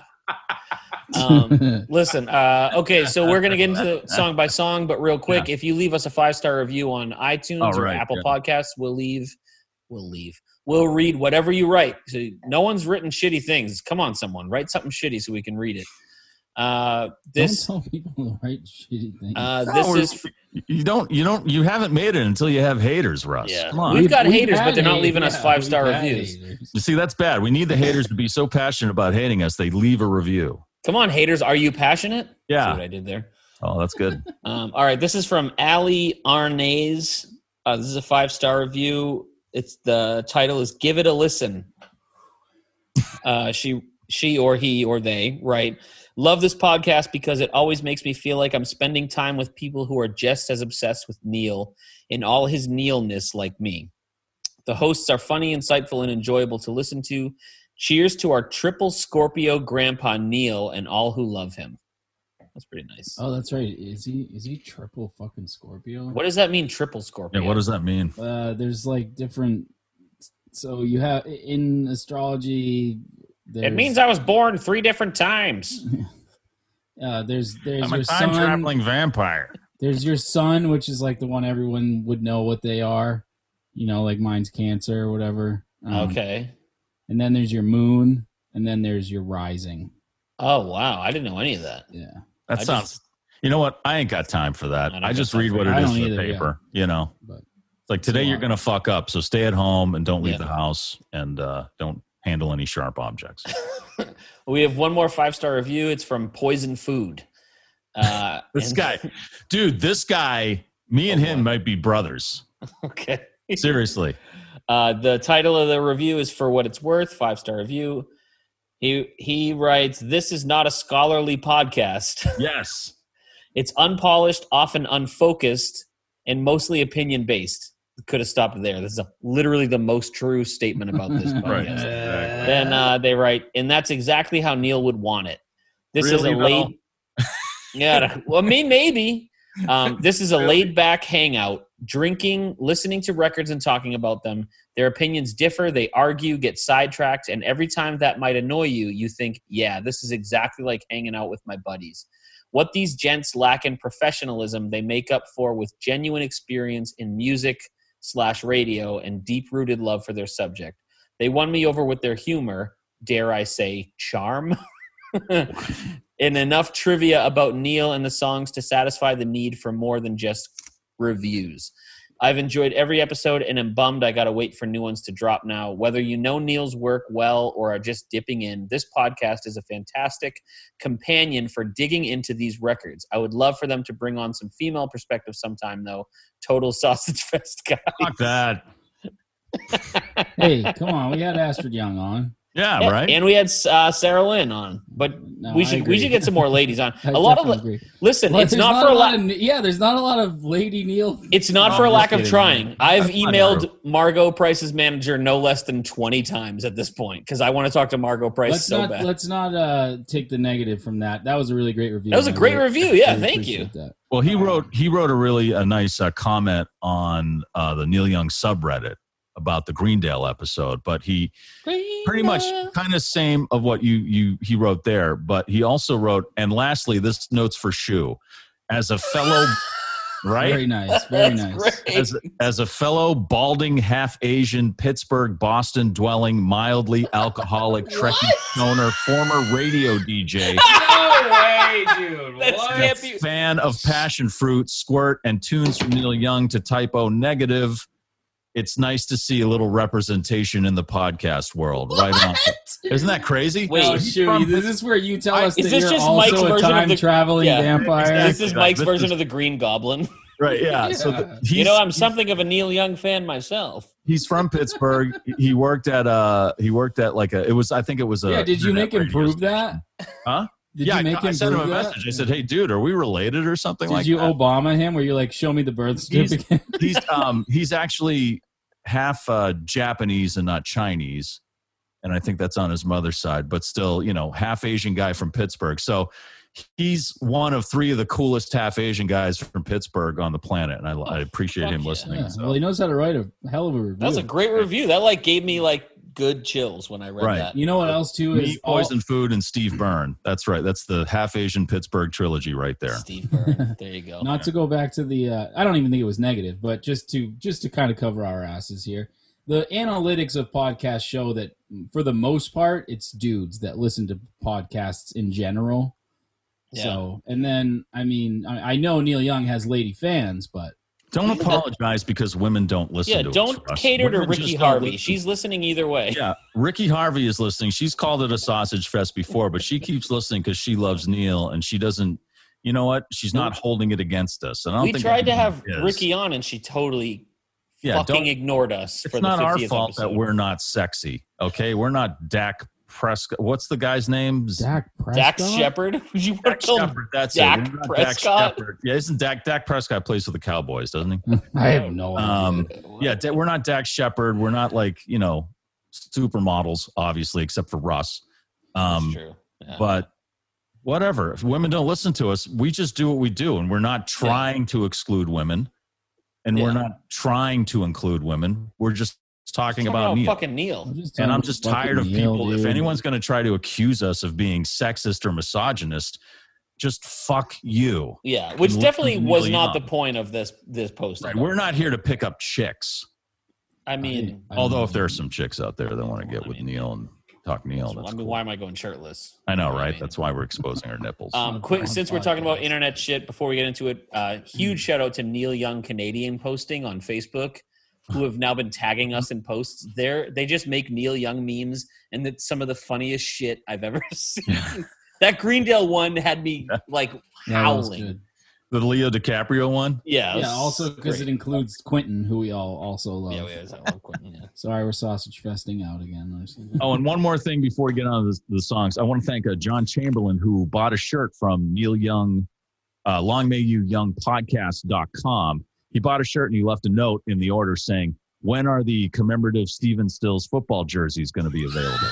um, Listen, uh, okay, so we're going to get into
[LAUGHS]
the song by song, but real quick, if you leave us a five star review on iTunes
All
or
right,
Apple
good.
Podcasts, we'll leave, we'll leave, we'll read whatever you write. So no one's written shitty things. Come on, someone, write something shitty so we can read it. Uh, [LAUGHS] this,
Don't tell people the right shitty thing.
uh,
No,
this
we're-
is,
you don't. You don't. You haven't made it until you have haters, Russ.
Yeah.
Come on.
We've got haters, but they're not leaving us five-star reviews.
You see, that's bad. We need the haters
[LAUGHS]
to be so passionate about hating us they leave a review.
come on, haters, are you passionate? See
Yeah.
what I did there.
Oh, that's good.
Um, all right, this is from Ali Arnays. Uh, this is a five star review. It's the title is "Give It a Listen." Uh, she, she, or he, or they, right? Love this podcast because it always makes me feel like I'm spending time with people who are just as obsessed with Neil in all his Neilness, like me. The hosts are funny, insightful, and enjoyable to listen to. Cheers to our triple Scorpio grandpa Neil and all who love him. That's pretty nice.
Oh, that's right. Is he is he triple fucking Scorpio?
What does that mean, triple Scorpio?
Yeah. What does that mean?
Uh, there's like different. So you have in astrology. There's,
it means I was born three different times.
uh, there's there's
I'm
your
a time
sun.
traveling vampire.
There's your sun, which is like the one everyone would know what they are. You know, like mine's Cancer or whatever. Um,
okay.
And then there's your moon, and then there's your rising.
Oh wow, I didn't know any of that.
Yeah.
That
I
sounds.
just-
you know what? I ain't got time for that.
I don't
I,
got
just
time
read
for
what
it.
it
I
is
don't
in the
either, yeah.
paper. You know,
But-
it's like
It's a
today you're
lot.
going to fuck up, so stay at home and don't leave
Yeah.
the house and uh, don't handle any sharp
[LAUGHS]
objects.
We have one more five star review. It's from Poison Food. Uh,
[LAUGHS] This
and-
guy, dude, this guy, me and
Oh,
him
boy.
might be brothers.
[LAUGHS] Okay.
Seriously.
Uh, the title of the review is "For What It's Worth." Five star review. He he writes, "This is not a scholarly podcast.
yes.
It's unpolished, often unfocused, and mostly opinion based." Could have stopped there. This is a, literally the most true statement about this podcast.
[LAUGHS] Right.
Then uh, they write, and that's exactly how Neil would want it. This
Really,
is a
though?
laid. yeah, well, me maybe. Um, this is a laid back hangout, drinking, listening to records, and talking about them. Their opinions differ, they argue, get sidetracked, and every time that might annoy you, you think, yeah, this is exactly like hanging out with my buddies. What these gents lack in professionalism, they make up for with genuine experience in music slash radio and deep rooted love for their subject. They won me over with their humor, dare I say, charm, [LAUGHS] and enough trivia about Neil and the songs to satisfy the need for more than just reviews. I've enjoyed every episode and am bummed I got to wait for new ones to drop now. Whether you know Neil's work well or are just dipping in, this podcast is a fantastic companion for digging into these records. I would love for them to bring on some female perspective sometime, though. Total sausage [LAUGHS] fest guy.
Fuck that.
hey, come on, we had Astrid Young on.
[LAUGHS]
Yeah, right?
And we had uh, Sarah Lynn on, but
No,
we
I
should we
agree.
should get some more ladies on.
[LAUGHS] I
A lot of
definitely agree.
listen,
Well,
it's
there's
not, for a lot.
of, yeah, there's not a lot of Lady Neil.
it's not
No,
for a
I'm
lack
just
of
kidding.
trying. I've
That's not
emailed
true.
Margot Price's manager no less than twenty times at this point because I want to talk to Margot Price
Let's
so
not
bad.
let's not uh, take the negative from that. That was a really great review.
That was a
and I
great
really-
review. Yeah,
really
thank you.
appreciate that.
Well, he wrote he wrote a really a nice uh, comment on uh, the Neil Young subreddit, about the Greendale episode, but he [LAUGHS] pretty much kind of same of what you you he wrote there, but he also wrote and lastly this notes for Shu as a fellow
Very
right
nice. Very
That's
nice.
great.
as as a fellow balding half Asian Pittsburgh Boston dwelling mildly alcoholic trekkie stoner former radio DJ
No way, dude.
[LAUGHS] That's
What?
can't
a fan of passion fruit, squirt, and tunes from Neil Young to typo negative. It's nice to see a little representation in the podcast world. Right on. Isn't that crazy?
Wait.
Oh,
He's
shoot. This is where you tell us
Is
that
this
you're
just
also
Mike's
a
version of
time
the-
traveling
Yeah.
vampire.
This is Mike's
This
version
is-
of the Green Goblin.
Right. Yeah. So
Yeah.
th- he's,
you know, I'm something of a Neil Young fan myself.
he's from Pittsburgh. he worked at uh he worked at like a it was I think it was a
Yeah, did you make him
internet radio
prove
station.
that?
Huh?
Did
yeah,
you make
I, I
him
sent him
prove
a
that?
message. I said, "Hey, dude, are we related or something
Did
like uh,
you
that?"
Obama him? Were you like, show me the birth
He's-
certificate?
he's um he's actually half uh Japanese and not Chinese. And I think that's on his mother's side, but still, you know, half Asian guy from Pittsburgh. So he's one of three of the coolest half Asian guys from Pittsburgh on the planet. And I, I appreciate
fuck
him
yeah.
listening.
Yeah,
So-
[LAUGHS] Well, he knows how to write a hell of a review.
That's a great review. That like gave me like good chills when I read
Right.
that.
You know what else too is
Me, Poison Food, and Steve Byrne. That's right. That's the half Asian Pittsburgh trilogy right there. [LAUGHS]
Steve Byrne. There you go.
all, not to go back to the. Uh, I don't even think it was negative, but just to just to kind of cover our asses here. The analytics of podcasts show that mm, for the most part, it's dudes that listen to podcasts in general.
Yeah.
So, and then I mean, I, I know Neil Young has lady fans, but
Don't apologize because women don't listen
yeah,
to us,
don't
Russ.
cater to
Women just
Ricky
don't
Harvey.
listen.
She's listening either way.
Yeah, Ricky Harvey is listening. She's called it a sausage fest before, but she keeps listening because she loves Neil and she doesn't. You know what? She's not holding it against us. And I don't
We
think
tried to
anyone
have
is.
Ricky on, and she totally
Yeah,
fucking
don't-
ignored us.
It's
for
not
the 50th
our fault
episode.
that we're not sexy. Okay, we're not Dak Prescott. What's the guy's name?
Dak Prescott.
Dax Shepard. [LAUGHS] Would you want
Dak
to call
Shepard. That's
Dak
it. We're not
Prescott?
Dak Shepard. Yeah, isn't Dak Dak Prescott plays for the Cowboys, doesn't he?
I have no idea.
Um, yeah, Da- we're not Dak Shepard. We're not like you know supermodels, obviously, except for Russ.
That's
Um,
true. Yeah.
but whatever. If women don't listen to us, we just do what we do, and we're not trying to exclude women, and we're
Yeah.
not trying to include women. We're just talking
Talking
about Neil.
fucking Neil.
I'm just
And
tired
I'm
of
just
fucking
tired of
Neil,
people. If
dude.
anyone's going to try to accuse us of being sexist or misogynist, just fuck you.
Yeah, which
Listen
definitely
to
was
Neil
not the
Young.
point of this this post.
Right? We're not here to pick up chicks.
I mean,
I- I
Although
mean,
if there are some chicks out there that want to get with Neil and talk Neil,
I
that's
mean,
cool.
why am I going shirtless?
I know, right?
mean-
That's why we're exposing our nipples.
Um, quick, since we're talking about internet shit, before we get into it, uh, huge shout out to Neil Young Canadian posting on Facebook, who have now been tagging us in posts. There, they just make Neil Young memes, and that's some of the funniest shit I've ever [LAUGHS] seen. that Greendale one
[LAUGHS]
had me like
Yeah, that was
howling.
good.
[LAUGHS] the Leo DiCaprio one.
Yeah, it
Yeah,
was
also because it
great.
includes Quentin, who we all also love.
Yeah, we always have one Quentin, yeah.
Sorry, we're sausage festing out again. I'm just-
Oh, and one more thing before we get on to the, the songs, I want to thank uh, John Chamberlain who bought a shirt from Neil Young, uh, Long May You Young Podcast.com. He bought a shirt and he left a note in the order saying, When are the commemorative Steven Stills football jerseys going to be available?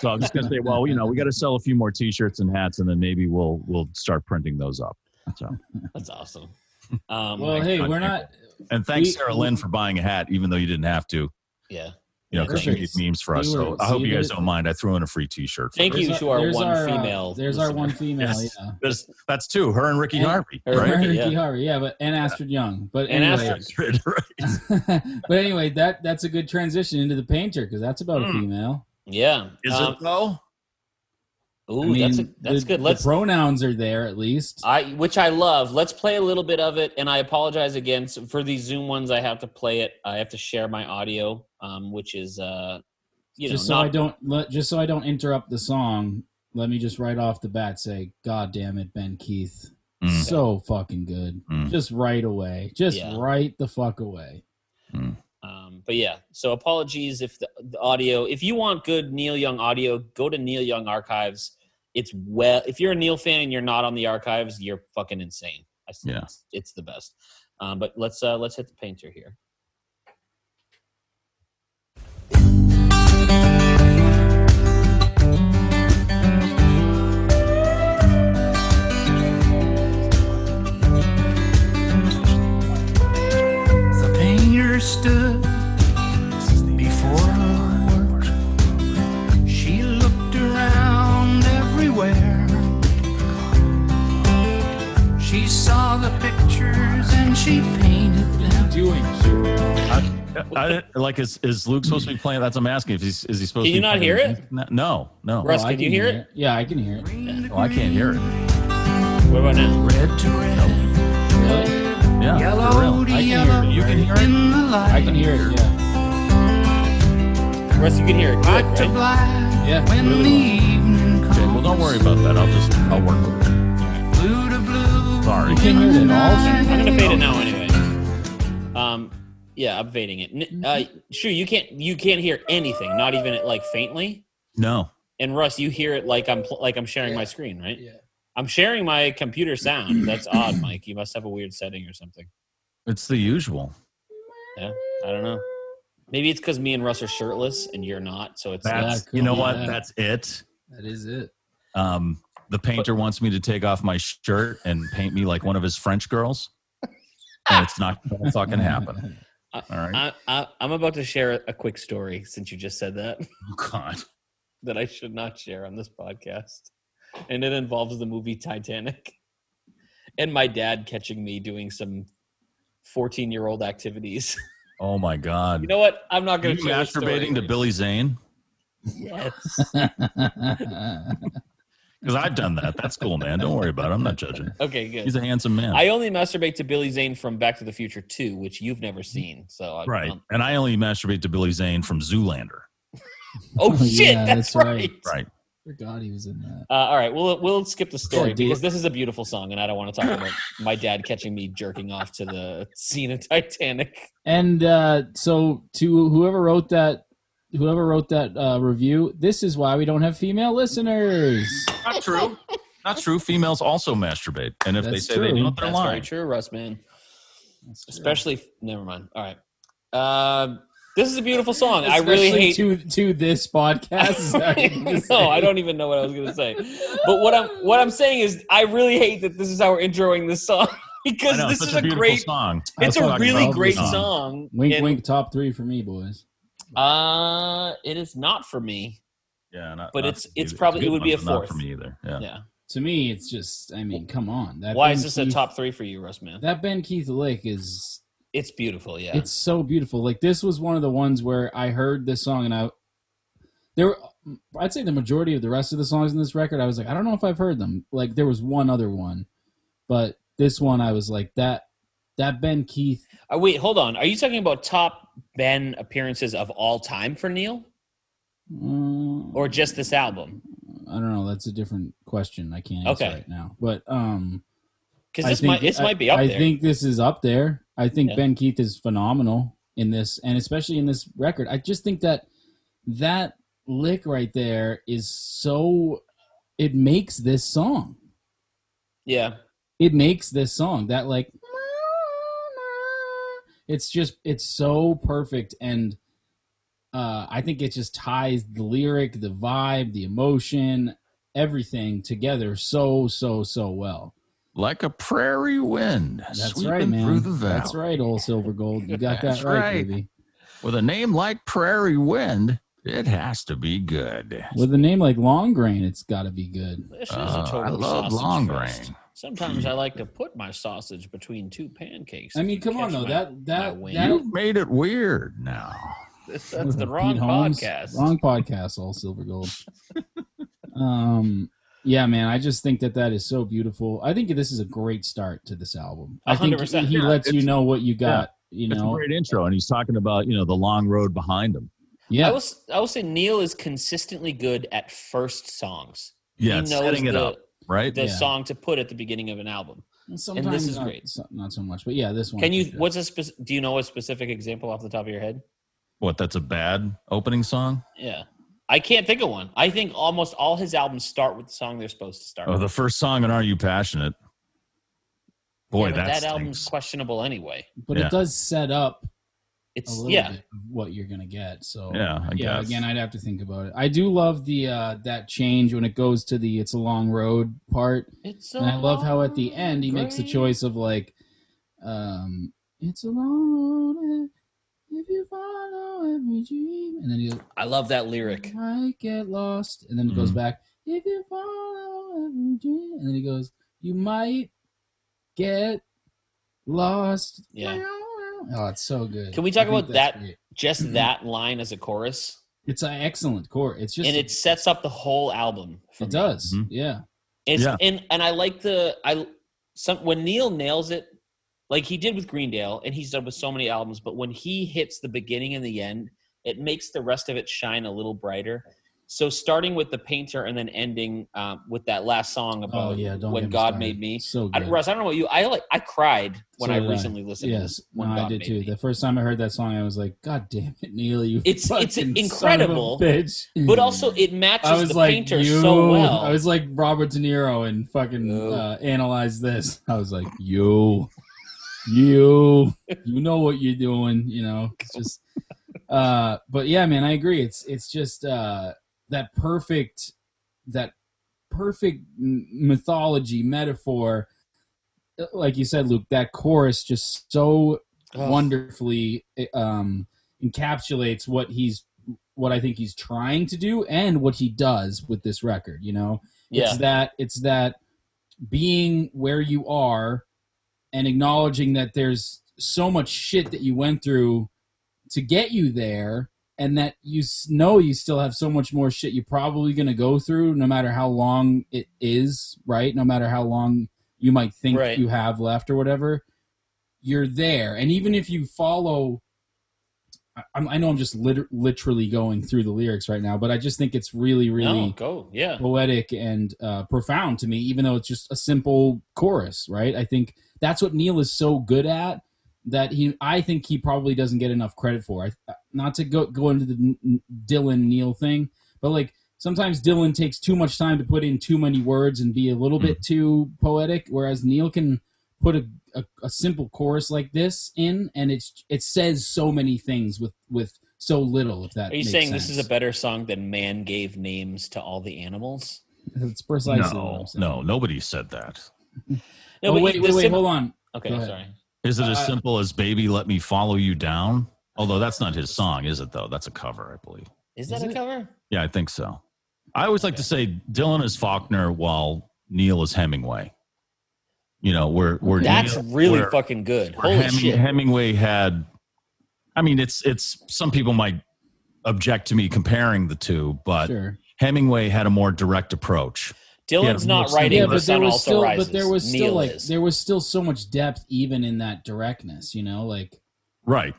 so I'm just going to say, Well, you know, we got to sell a few more t shirts and hats, and then maybe we'll we'll start printing those up. So,
That's
[LAUGHS]
awesome. Um,
Well, hey, we're not.
and thanks,
We-
Sarah Lynn, for buying a hat, even though you didn't have to.
yeah.
You know, 'cause she
Perfect.
did memes for us.
We
So
were-
I hope you
see,
guys
there-
don't mind. I threw in a free t shirt.
Thank you to our
there's
one
uh,
female.
there's our
listener.
one female.
Yes.
[LAUGHS]
Yeah.
There's, that's two, her and Ricky
And-
Harvey,
Or
right?
Her and
yeah.
Ricky Harvey, yeah, but and Astrid Young, but
And
anyway,
Astrid, right?
[LAUGHS] but anyway, that that's a good transition into the painter because that's about
Hmm.
a female.
Yeah.
[LAUGHS] Is
Um,
it though?
ooh,
I mean,
that's a, that's
the-
good.
the
Let's Uh,
pronouns are there at least.
I which I love. Let's play a little bit of it, and I apologize again s- for these Zoom ones. I have to play it. I have to share my audio, um, which is uh, you know,
just so
not
I don't let, just so I don't interrupt the song. Let me just right off the bat say, God damn it, Ben Keith,
Mm.
so fucking good.
Mm.
Just right away, just
Hmm. Yeah.
right the fuck away.
Um, but yeah, so apologies if the, the audio. If you want good Neil Young audio, go to Neil Young Archives. It's well. If you're a Neil fan and you're not on the archives, you're fucking insane. I, s-
Yeah.
it's, it's the best. Um, but let's uh, let's hit the painter here.
The painter stood
she painted them.
doing you?
I, like is is Luke supposed to be playing? That's what I'm asking. If he's is he supposed
Can
to?
you
be
not
playing-
hear it?
No, no.
Russ,
I
can you hear it?
Yeah, I can hear it.
Well, Oh, I can't hear it.
What about now?
Red to red,
Really?
Yeah, for
yellow
real.
to
I can
yellow.
hear it.
You can hear it.
In the light,
I can hear it. Yeah.
Russ, you can hear it. Good,
black to
right?
black.
Yeah,
when
really
the
well.
evening comes,
Okay, well, don't worry about that. I'll just I'll work with it.
blue to blue.
Sorry.
You can hear it at all.
I'm gonna fade it now anyway. Um, yeah, I'm fading it. N- Uh, sure, you can't you can't hear anything, not even like faintly.
No.
And Russ, you hear it like I'm pl- like I'm sharing my screen, right?
Yeah.
I'm sharing my computer sound. That's odd, Mike. You must have a weird setting or something.
It's the usual.
Yeah, I don't know. Maybe it's because me and Russ are shirtless and you're not, so it's uh,
That's
Yeah,
you know
cool.
what?
Yeah.
That's it.
That is it.
Um, the painter wants me to take off my shirt and paint me like one of his French girls. and it's not gonna fucking happen.
[LAUGHS] I-
All right.
I, I, I'm about to share a quick story since you just said that [LAUGHS]
Oh, God.
that I should not share on this podcast, and it involves the movie Titanic [LAUGHS] and my dad catching me doing some 14 year old activities. [LAUGHS]
Oh my God.
you know what? I'm
Are
not going
you
to share this
masturbating to
story.
Billy Zane?
Yes.
Because I've done that. That's cool, man. Don't worry about it. I'm not judging.
Okay,
He's
good.
a handsome man.
I only masturbate to Billy Zane from Back to the Future 2, which you've never seen. So I,
right.
um,
And I only masturbate to Billy Zane from Zoolander.
oh
Oh,
shit,
[LAUGHS] yeah,
that's,
that's
right.
right.
Right.
[LAUGHS] Forgot he was in that.
Uh, all right, we'll we'll skip the story
Yeah, dude.
because this is a beautiful song, and I don't want to talk about my dad catching me jerking off to the scene of Titanic.
And uh, so to whoever wrote that, whoever wrote that uh, review, this is why we don't have female listeners.
Not true. Not true. Females also masturbate. And if they
That's
say they
true.
don't, they're
That's very
lying.
true, Russ, man.
That's true.
Especially, never mind. All right. Um, this is a beautiful song. I
Especially
really hate. [LAUGHS]
[LAUGHS] to to this podcast. is how you can say. [LAUGHS]
no, [LAUGHS] I don't even know what I was going to say. But what I'm what I'm saying is, I really hate that this is how we're introing this song [LAUGHS] because
I know,
this
such
is
a
a
beautiful
great.
song.
It's
I
a
fucking
really
love
great song.
this song. Wink,
and,
wink. Top three for me, boys.
Uh, it is not for me.
Yeah, not,
But
not
it's-
for me
it's
either.
probably-
Good
it would be
ones,
a
but not for
fourth.
me either. Yeah.
Yeah.
To me, it's just. I mean, come on. That
Why
Ben
is this a
Keith-
top three for you, Russ, man?
That Ben Keith lick is
It's beautiful. Yeah.
It's so beautiful. Like this was one of the ones where I heard this song and I there were- I'd say the majority of the rest of the songs in this record I was like I don't know if I've heard them. Like there was one other one, but this one I was like that that Ben Keith
Uh, wait, hold on. Are you talking about top Ben appearances of all time for Neil,
uh,
or just this album?
I don't know, that's a different question. I can't answer
Okay.
right now. But um
Because
I
this
think-
might this
I-
might be up
I
there.
think this is up there. I think
Yeah.
Ben Keith is phenomenal in this, and especially in this record. I just think that that lick right there is so. It makes this song.
yeah.
It makes this song that like. It's just it's so perfect, and uh, I think it just ties the lyric, the vibe, the emotion, everything together so so so well.
Like a prairie wind
That's
sweeping
right, man.
through the valley.
That's right, old silver gold. You got
[LAUGHS] That's
that right,
right.
baby.
With a name like Prairie Wind, it has to be good.
With a name like Long Grain, it's got to be good.
This is
Uh,
a total
I love
sausage
long
fest.
grain.
Sometimes I like to put my sausage between two pancakes.
Hmm. I mean,
if
come
you
on
catch
though.
my-
that that
my
that
You've made it weird now.
that's the
Pete
wrong
Holmes,
podcast.
Wrong podcast, all
[LAUGHS]
silver gold. um, yeah, man. I just think that that is so beautiful. I think this is a great start to this album. I think
100%.
he
Yeah,
lets you
it's-
know what you got. You
It's a
know,
great intro, and he's talking about you know the long road behind him.
yeah.
I will. s- I will say Neil is consistently good at first songs.
Yeah,
he
it's
knows
setting it
the,
up, right?
the
Yeah.
song to put at the beginning of an album.
Sometimes
this is
not,
great.
so- Not so much, but yeah, this one.
Can
for
you?
sure.
What's a? Spec- do you know a specific example off the top of your head?
what? That's a bad opening song.
Yeah. I can't think of one. I think almost all his albums start with the song they're supposed to start.
Oh,
with.
the first song on "Are You Passionate?" Boy,
Yeah, but
that's
that album's questionable anyway.
But
yeah.
it does set up a
It's
little
yeah,
bit of what you're gonna get. So
yeah, I
yeah,
guess.
again, I'd have to think about it. I do love the uh, that change when it goes to the "It's a long road" part,
it's.
and I love how at the end he makes the choice of like, um, "It's a long road eh, if you follow every dream," and then he
I love that lyric.
might get lost, and then it goes
Mm-hmm.
Mhm.
back, "If you follow every dream," and then he goes, "You might get Lost.
Yeah.
Oh, it's so good.
Can we talk
I think
about
that's
that-
great.
Just that line as a chorus,
It's an excellent core. It's just
and it sets up the whole album. for
it
me. Mm-hmm.
does.
Mhm.
Yeah.
It's
Yeah.
and and I like the I some when Neil nails it, like he did with Greendale, and he's done with so many albums. But when he hits the beginning and the end, it makes the rest of it shine a little brighter. So starting with the painter and then ending um, with that last song about
Oh yeah. Don't get
when
me
God
started.
made me.
So
I,
good.
Russ, I don't know what you. I like. I cried when
So
I
did I.
recently listened.
yes.
to
No,
when
I
God
did
Made
too.
Me.
The first time I heard that song, I was like, "God damn it, Neil! You [LAUGHS]
It's- it's
fucking son of a
incredible.
bitch."
But also, it matches
I was
the
like,
painter
you,
so well.
I was like Robert De Niro and fucking
No.
uh, analyze this. I was like, you, you, you know what you're doing. You know, it's just. Uh, but yeah, man, I agree. It's it's just uh, that perfect, that perfect m- mythology metaphor. uh, Like you said, Luke, that chorus just so
Oh.
Ugh.
wonderfully um, encapsulates what he's what I think he's trying to do and what he does with this record. You know,
yeah.
it's that it's that being where you are and acknowledging that there's so much shit that you went through to get you there and that you s- know you still have so much more shit you're probably going to go through no matter how long it is right no matter how long you might think
Right.
you have left or whatever you're there and even if you follow I, I'm- I know i'm just lit- literally going through the lyrics right now but i just think it's really really
No, go. Yeah.
poetic and uh, profound to me, even though it's just a simple chorus, right? I think that's what Neil is so good at that he, I think he probably doesn't get enough credit for. I, not to go go into the N- N- Dylan Neil thing, but like sometimes Dylan takes too much time to put in too many words and be a little
Hmm.
bit too poetic, whereas Neil can put a, a, a simple chorus like this in, and it's it says so many things with with so little. If that
Are you
makes
saying this
sense.
is a better song than "Man Gave Names to All the Animals"?
That's precisely what
no,
I'm saying.
no, nobody said that.
Oh,
but
wait,
the
wait, wait,
sim-
hold on.
Okay,
Go ahead.
sorry.
Is it as
Uh,
simple as "Baby, Let Me Follow You Down"? Although that's not his song, is it? Though that's a cover, I believe.
Is
Is
that a
it?
cover?
Yeah, I think so. I always like to say Dylan is Faulkner while Neil is Hemingway. You know, where where
That's
Neil-
really
where-
fucking good.
where
Holy
Heming-
shit!
Hemingway had. I mean, it's it's some people might object to me comparing the two, but
Sure.
Hemingway had a more direct approach.
Dylan's
Yeah,
not
most-
writing.
Yeah,
Yeah,
but
but
there was
also
still,
rises.
but there was still
Neil
like
is.
there was still so much depth even in that directness. You know, like
Right.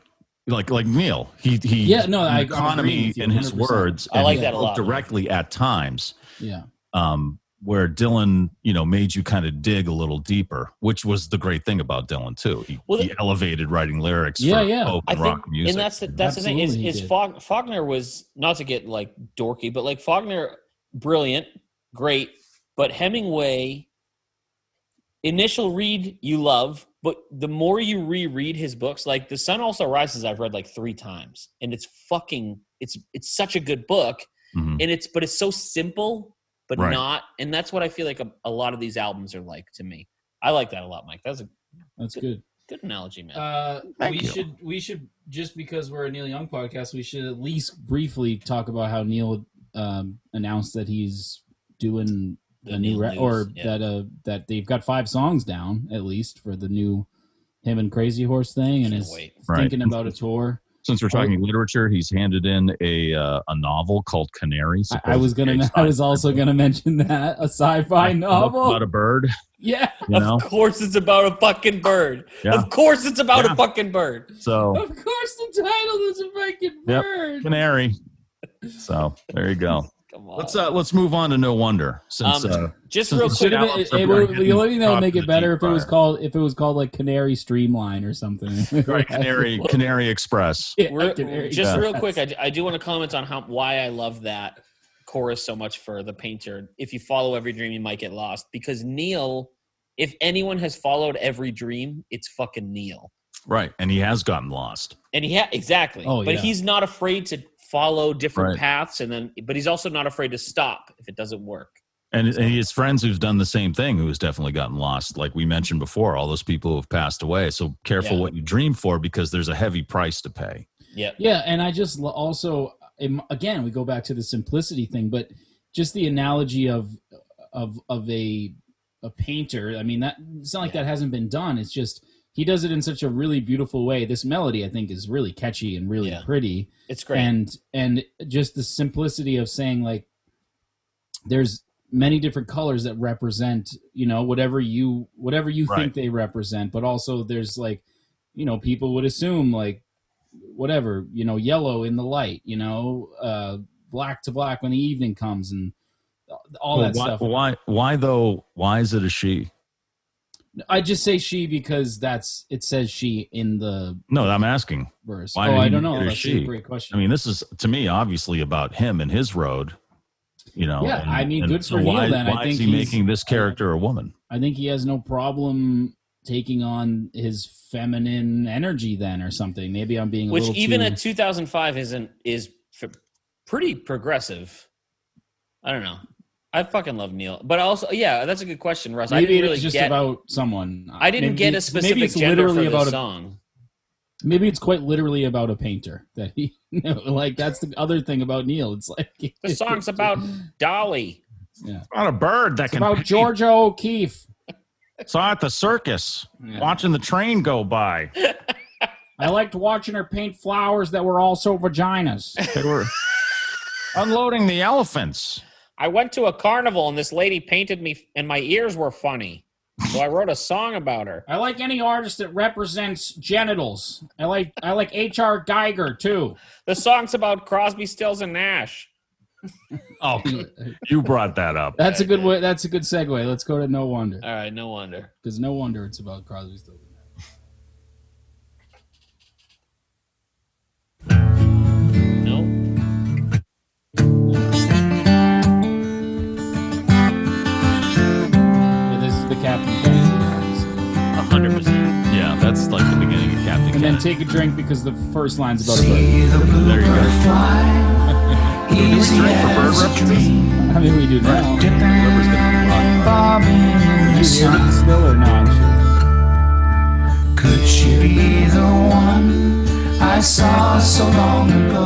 Like like Neil, he he
Yeah, no, I- I'm agreeing
economy
with you,
in his
100%.
words.
I
and
like
he
that a
spoke
lot.
Directly at times,
yeah,
um, where Dylan, you know, made you kind of dig a little deeper, which was the great thing about Dylan too. He,
Well,
he
the-
elevated writing lyrics
Yeah,
for
yeah.
folk
I
and
think,
rock music.
and that's the, that's the thing is
Absolutely he
is
did.
Faulk- Faulkner was not to get like dorky, but like Faulkner, brilliant, great, but Hemingway. Initial read you love, but the more you reread his books, like The Sun Also Rises, I've read like three times, and it's fucking it's it's such a good book,
Mhm.
and it's but it's so simple but
Right.
not and that's what i feel like a, a lot of these albums are like to me i like that a lot mike that's a
that's good.
good analogy man
Uh,
Thank
we
you.
should we should just because we're a Neil Young podcast, we should at least briefly talk about how Neil um, announced that he's doing
The
a new
Neil
re-
news,
or
yeah.
that uh that they've got five songs down at least for the new him and Crazy Horse thing, and
Can't
is
wait.
Right.
thinking about a tour.
Since we're talking literature, he's handed in a uh, a novel called Canary.
I, I was gonna. [LAUGHS] I was also gonna mention that a sci-fi novel.
about a bird.
[LAUGHS] yeah,
You
[LAUGHS]
know,
of course it's about a fucking bird
Yeah.
of course it's about
Yeah.
a fucking bird
so
of course the title is a fucking
Yep.
bird.
Canary. So there you go.
come on
Let's uh, let's move on to No Wonder since.
Um,
uh,
just
since
real
it
Should
quick
have
Alex
been, it,
are
it would,
getting
the only thing that would
dropped
make
in
it
the
better if
deep
it was
fryer.
called if it was called like Canary Streamline or something. [LAUGHS]
Right, uh, Canary Canary Express.
Yeah,
we're,
Canary
just
Express.
real quick I, I do want to comment on how why i love that chorus so much for the painter if you follow every dream you might get lost because neil if anyone has followed every dream it's fucking neil
Right, and he has gotten lost.
and he ha- exactly
Oh,
but
yeah.
he's not afraid to follow different
Right.
paths and then but he's also not afraid to stop if it doesn't work
And, and he has friends who've done the same thing who's definitely gotten lost. Like we mentioned before, all those people who have passed away. So careful
Yeah.
what you dream for because there's a heavy price to pay.
yeah
Yeah, and I just lo- also im- again we go back to the simplicity thing, but just the analogy of of of a a painter. I mean that it's not like that hasn't been done. It's just he does it in such a really beautiful way. This melody, I think, is really catchy and really
Yeah.
pretty,
It's great.
and and just the simplicity of saying like, there's many different colors that represent you know whatever you whatever you
Right.
think they represent, but also there's like, you know, people would assume like, whatever you know, yellow in the light, you know, uh, black to black when the evening comes, and all
Well,
that
why,
stuff.
Why? Why though? Why is it a she?
I just say she because that's it says she in the
No, I'm asking.
verse.
Why
oh,
did
I
you
don't know.
get her
That's
she?
a great question.
I mean, this is to me obviously about him and his road. You know.
Yeah,
and-
I mean,
and
good
so
for Neil
why,
then. I
Why is
think
he
he's-
making this character a woman?
I think he has no problem taking on his feminine energy then or something. Maybe I'm being a
which
little
even
too,
at 2005 isn't is f- pretty progressive. I don't know. I fucking love Neil, but also yeah, that's a good question, Russ. I
maybe
didn't
it's
really
just
get.
about someone.
I didn't
Maybe
get a
it's-
specific
maybe it's
gender
literally
for
about
this
a, [LAUGHS]
song.
maybe it's quite literally about a painter [LAUGHS] that he you know, like that's the other thing about Neil. It's like
The song's about Dolly.
About a bird that
it's about Georgia O'Keeffe.
Saw at the circus,
Yeah.
watching the train go by.
I liked watching her paint flowers that were also vaginas.
They
[LAUGHS]
were unloading the elephants.
I went to a carnival and this lady painted me, and my ears were funny, so I wrote a song about her.
I like any artist that represents genitals. I like I like H.R. Geiger too.
The song's about Crosby, Stills, and Nash.
[LAUGHS]
Oh, you brought that up.
That's a good way. That's a good segue. Let's go to No Wonder
All right, no wonder.
because No Wonder it's about Crosby, Stills. and Nash.
No,
Yeah, this is the Captain Kennedy.
hundred percent.
Yeah, that's like the beginning of Captain.
And then
Kennedy.
take a drink because the first line's about a bird.
there you go. [LAUGHS]
Do we drink for bird references?
I mean, we do now. Do
Whoever's gonna rock.
you hear it still or not?
Could she be the one I saw so long ago?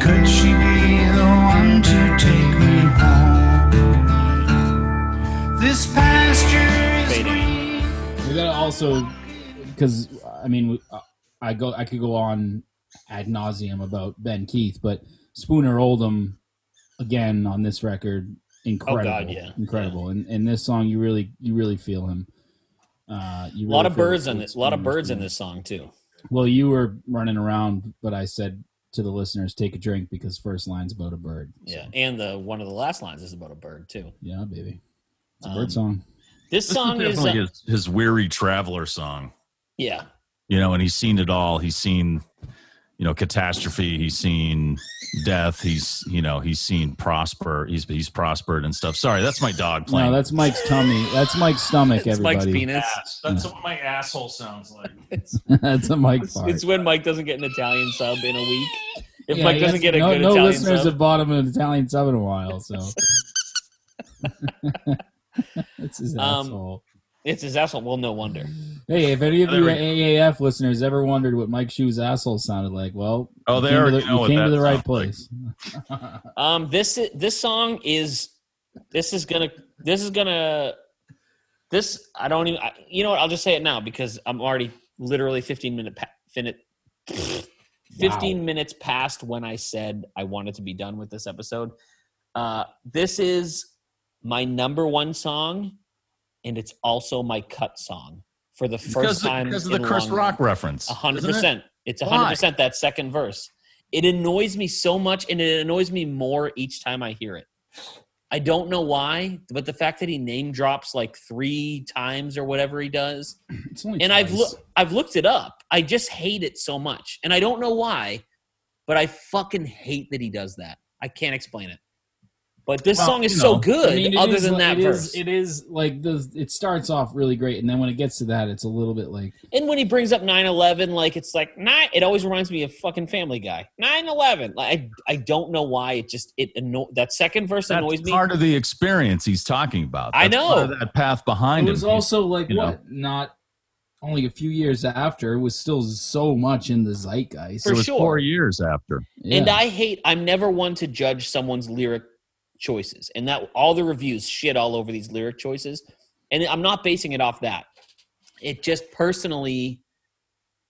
Could she be the one to take me home? This pasture is green.
We gotta also because I mean we- uh, I go I could go on ad nauseum about Ben Keith, but Spooner Oldham again on this record incredible,
Oh, yeah.
incredible. And and this song you really you really feel him. Uh, you
A
really
lot of
feel
birds in
Spooner-
this. A lot of
Spooner-
birds in
Spooner.
this song too.
Well, you were running around, but I said to the listeners, take a drink because first line's about a bird. So,
Yeah, and the one of the last lines is about a bird too.
yeah, baby, it's a
Um,
bird song. [LAUGHS]
This
This
song
is
is,
definitely
uh,
his, his weary traveler song.
yeah,
You know, and he's seen it all. He's seen, you know, catastrophe. He's seen death. He's, you know, he's seen prosper. He's he's prospered and stuff. Sorry, that's my dog
No,
playing.
that's Mike's tummy. That's Mike's stomach.
it's
everybody,
Mike's penis.
that's what my asshole sounds like.
[LAUGHS] that's a Mike.
It's,
fart.
it's when Mike doesn't get an Italian sub in a week. If
Yeah,
Mike
he has-
doesn't get a
no,
good
no
Italian
listeners
sub,
have bought him an Italian sub in a while,
[LAUGHS]
so it's his
Um,
asshole.
it's his asshole. Well, no wonder.
Hey, if any of you
There we
AAF listeners ever wondered what Mike Shoe's asshole sounded like, well,
Oh,
you
they
came to
already
the,
know
you
what
came to
that
the right
sounds like.
place. [LAUGHS]
Um, this i- this song is this is gonna this is gonna this I don't even I, you know what I'll just say it now because I'm already literally 15 minute pa- finit, 15 minutes past when I said I wanted to be done with this episode. Uh, this is my number one song, and it's also my cut song for the first
Because,
time
because of the
in a
Chris
long-
Rock reference.
a hundred
isn't it?
percent. It's a
Why?
hundred percent that second verse. It annoys me so much, and it annoys me more each time I hear it. I don't know why, but the fact that he name drops like three times or whatever he does,
It's only
and I've
twice.
looked, I've looked it up. I just hate it so much, and I don't know why, but I fucking hate that he does that. I can't explain it. But this
Well,
song is
you
so
know,
good.
I mean, it
other
is
than
li-
that
it
verse,
is- it is like the it starts off really great, and then when it gets to that, it's a little bit like
And when he brings up 9-11, like it's like nine. It always reminds me of fucking Family Guy. 9-11. Like I, I don't know why it just it anno- that second verse
That's
annoys me.
part of the experience he's talking about.
I
That's
know.
part of that path behind
it was
him.
also like
you know.
what not only a few years after it was still so much in the zeitgeist
it
for
was
sure.
four years after.
And
Yeah.
I hate. I'm never one to judge someone's lyric choices, and that all the reviews shit all over these lyric choices, and I'm not basing it off that. it just personally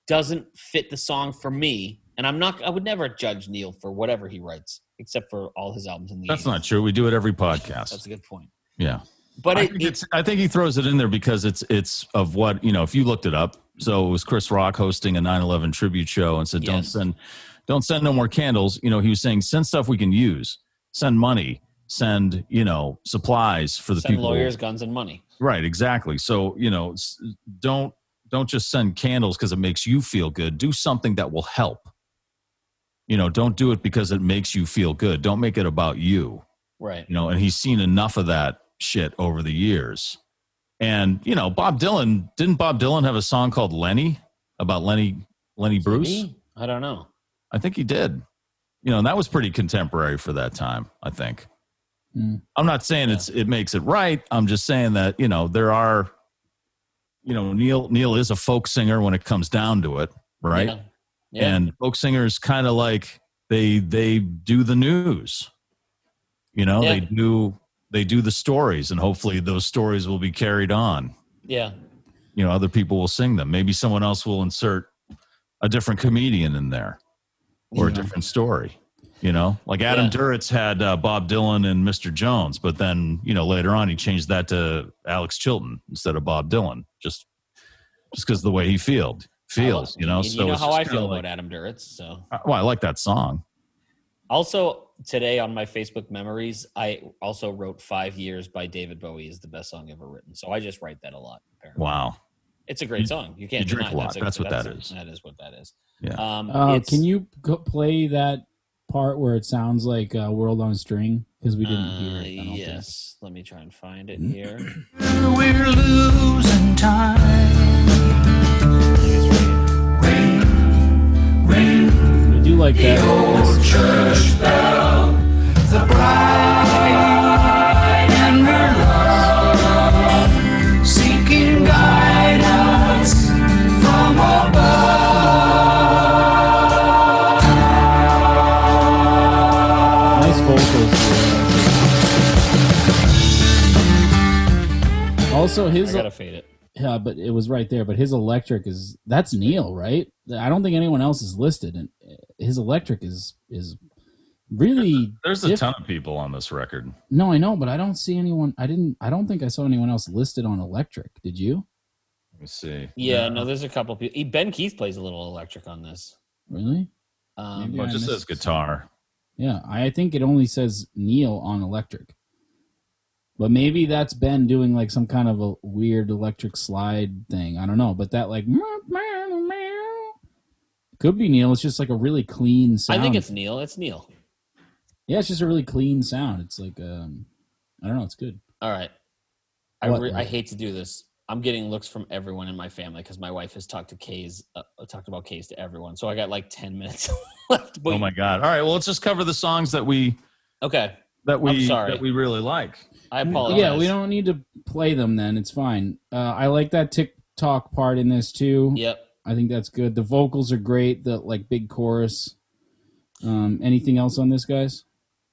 doesn't fit the song for me. And I'm not. I would never judge Neil for whatever he writes, except for all his albums in the.
That's
80s.
not true. We do it every podcast.
That's a good point.
yeah.
But
I
it,
think
it-
it's, I think he throws it in there because it's it's of what you know. If you looked it up, so it was Chris Rock hosting a 9/11 tribute show and said, "Don't
Yes.
send, don't send no more candles." You know, he was saying, "Send stuff we can use. Send money. Send you know supplies for the
send
people."
lawyers, guns, and money.
Right. Exactly. So you know, s- don't don't just send candles because it makes you feel good. Do something that will help. You know, don't do it because it makes you feel good. Don't make it about you
Right.
you know, and he's seen enough of that shit over the years. And you know, Bob Dylan didn't Bob Dylan have a song called Lenny about Lenny Lenny Bruce?
Me? I don't know.
I think he did. You know, and that was pretty contemporary for that time. I think.
Hmm.
I'm not saying it's it makes it right. I'm just saying that you know there are, you know, Neil Neil is a folk singer when it comes down to it, right?
Yeah. Yeah.
and folk singers kind of like they they do the news you know
Yeah.
they do they do the stories and hopefully those stories will be carried on
yeah.
you know other people will sing them maybe someone else will insert a different comedian in there or a different story you know like adam
Yeah.
duritz had uh, bob dylan and mr jones but then you know later on he changed that to alex chilton instead of bob dylan just just because the way he feeled feels you know
And you know
it's
how
just
I
kinda
feel
like-
about Adam Duritz. So
Uh, well i like that song
also today on my Facebook memories, I also wrote Five Years by David Bowie is the best song ever written. So I just write that a lot. Apparently.
Wow.
It's a great song. You can't
you drink
deny
a lot.
it.
That's what that is.
That is what that is.
Yeah.
Um,
Uh,
it's-
can you go play that part where it sounds like uh, "World on a String" because we didn't hear
Uh,
it? I don't think.
yes. Let me try and find
[CLEARS THROAT]
it here.
We're losing time. Ring, ring,
I do like
the old
that.
church bell. The bride and her love seeking guidance from above.
Nice vocals. here. Also,
I
his
gotta fade it.
yeah, but it was right there. But his electric is that's Neil, right? I don't think anyone else is listed, and uh, his electric is is really
There's a
diff-
ton of people on this record.
No, I know, but I don't see anyone. I didn't. I don't think I saw anyone else listed on electric. Did you?
Let me see. Oh,
Yeah, no, there's a couple people. he- Ben Keith plays a little electric on this.
Really?
Um,
Maybe
Well,
I
it just
missed-
says guitar.
Yeah, I think it only says Neil on electric. But maybe that's Ben doing like some kind of a weird electric slide thing. I don't know, but that like could be Neil. It's just like a really clean sound.
I think it's Neil. It's Neil.
yeah, it's just a really clean sound. It's like um, I don't know, it's good.
All right. I,
What,
re- I
Mike?
hate to do this. I'm getting looks from everyone in my family because my wife has talked to K's, uh, talked about K's to everyone. So I got like 10 minutes [LAUGHS] left. But
Oh my god. All right, well let's just cover the songs that we
Okay.
that we
sorry.
that we really like.
I apologize.
Yeah, we don't need to play them then. It's fine. Uh, I like that TikTok part in this too.
Yep.
I think that's good. The vocals are great. The like big chorus. Um, anything else on this, guys?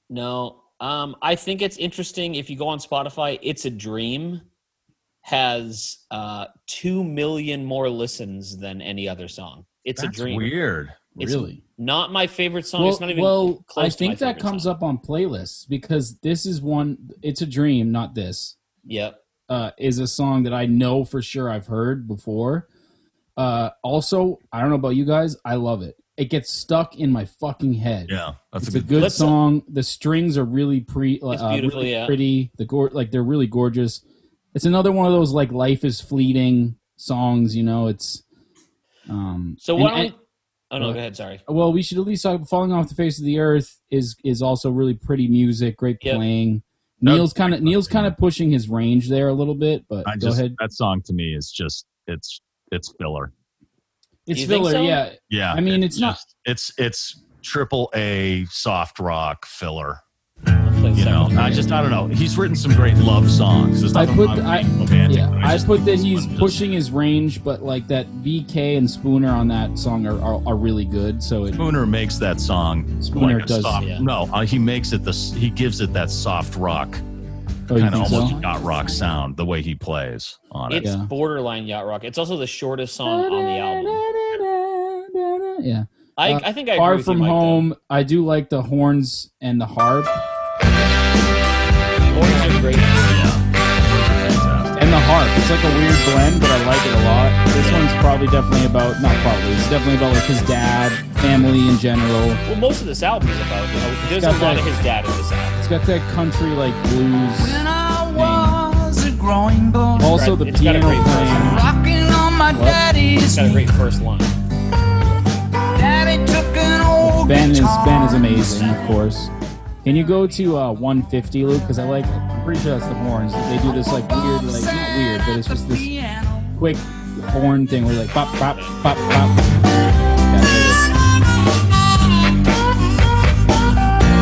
No. Um, I think it's interesting. If you go on Spotify, It's a Dream has uh, 2 million more listens than any other song. It's
That's
a Dream.
Weird.
It's
really?
Not my favorite song.
well,
it's not even
well,
close
I think that comes up on playlists because this is one. It's a dream, not this.
Yep.
uh, is a song that I know for sure I've heard before. Uh, also, I don't know about you guys, I love it. It gets stuck in my fucking head.
Yeah. That's
it's
a
a
good,
good
Let's- uh,
song. The strings are really pre,
It's
uh,
beautiful,
really
yeah.
pretty. The gor- like they're really gorgeous. It's another one of those like life is fleeting songs. You know, it's um.
So
and-
why don't
and-
we- Oh, no,
uh,
go ahead. Sorry.
well, we should at least talk. Falling off the face of the earth is is also really pretty music, great
Yep.
playing.
That-
Neil's kind of Neil's kind of pushing his range there a little bit, but
I
go
just
ahead.
that song to me is just it's it's filler.
It's
You think
filler,
so?
yeah.
Yeah.
I mean, it's not-
it's it's triple A soft rock filler.
Let's play
You know,
something.
I just I don't know. He's written some great love songs. There's
I
nothing
put
wrong with
I
being romantic,
yeah
but
I
just
put
think
that
this
he's
one just-
pushing his range, but like that BK and Spooner on that song are are, are really good. So it
Spooner makes that song
Spooner
like a
does,
soft,
yeah.
no uh, he makes it the he gives it that soft rock
Oh, you
kind of
think
almost
so?
yacht rock sound the way he plays on it.
It's
Yeah.
borderline yacht rock. It's also the shortest song on the album.
Yeah.
I,
Uh,
I think I agree
Far
with you,
from
Mike, though.
home. I do like the horns and the harp
Horns are great.
Fantastic.
and the harp. It's like a weird blend, but I like it a lot. This one's probably definitely about not probably. It's definitely about like his dad, family in general.
Well, most of this album is about. You know, there's a
got
lot of
that-
his dad in this album.
It's got that country like blues.
When I was a growing boy,
Also,
got-
the
it's got a
piano
great
playing.
rocking on my
What?
daddy's
It's got a
knee.
great first line.
Daddy took an old
Ben is
guitar
Ben is
and
amazing,
said,
of course. Can you go to uh, 150, Luke? Because I like. I'm pretty sure that's the horns. They do this like weird, like not weird, but it's just this
Piano.
quick horn thing where like bop bop bop bop. Yeah, there it is. See what I'm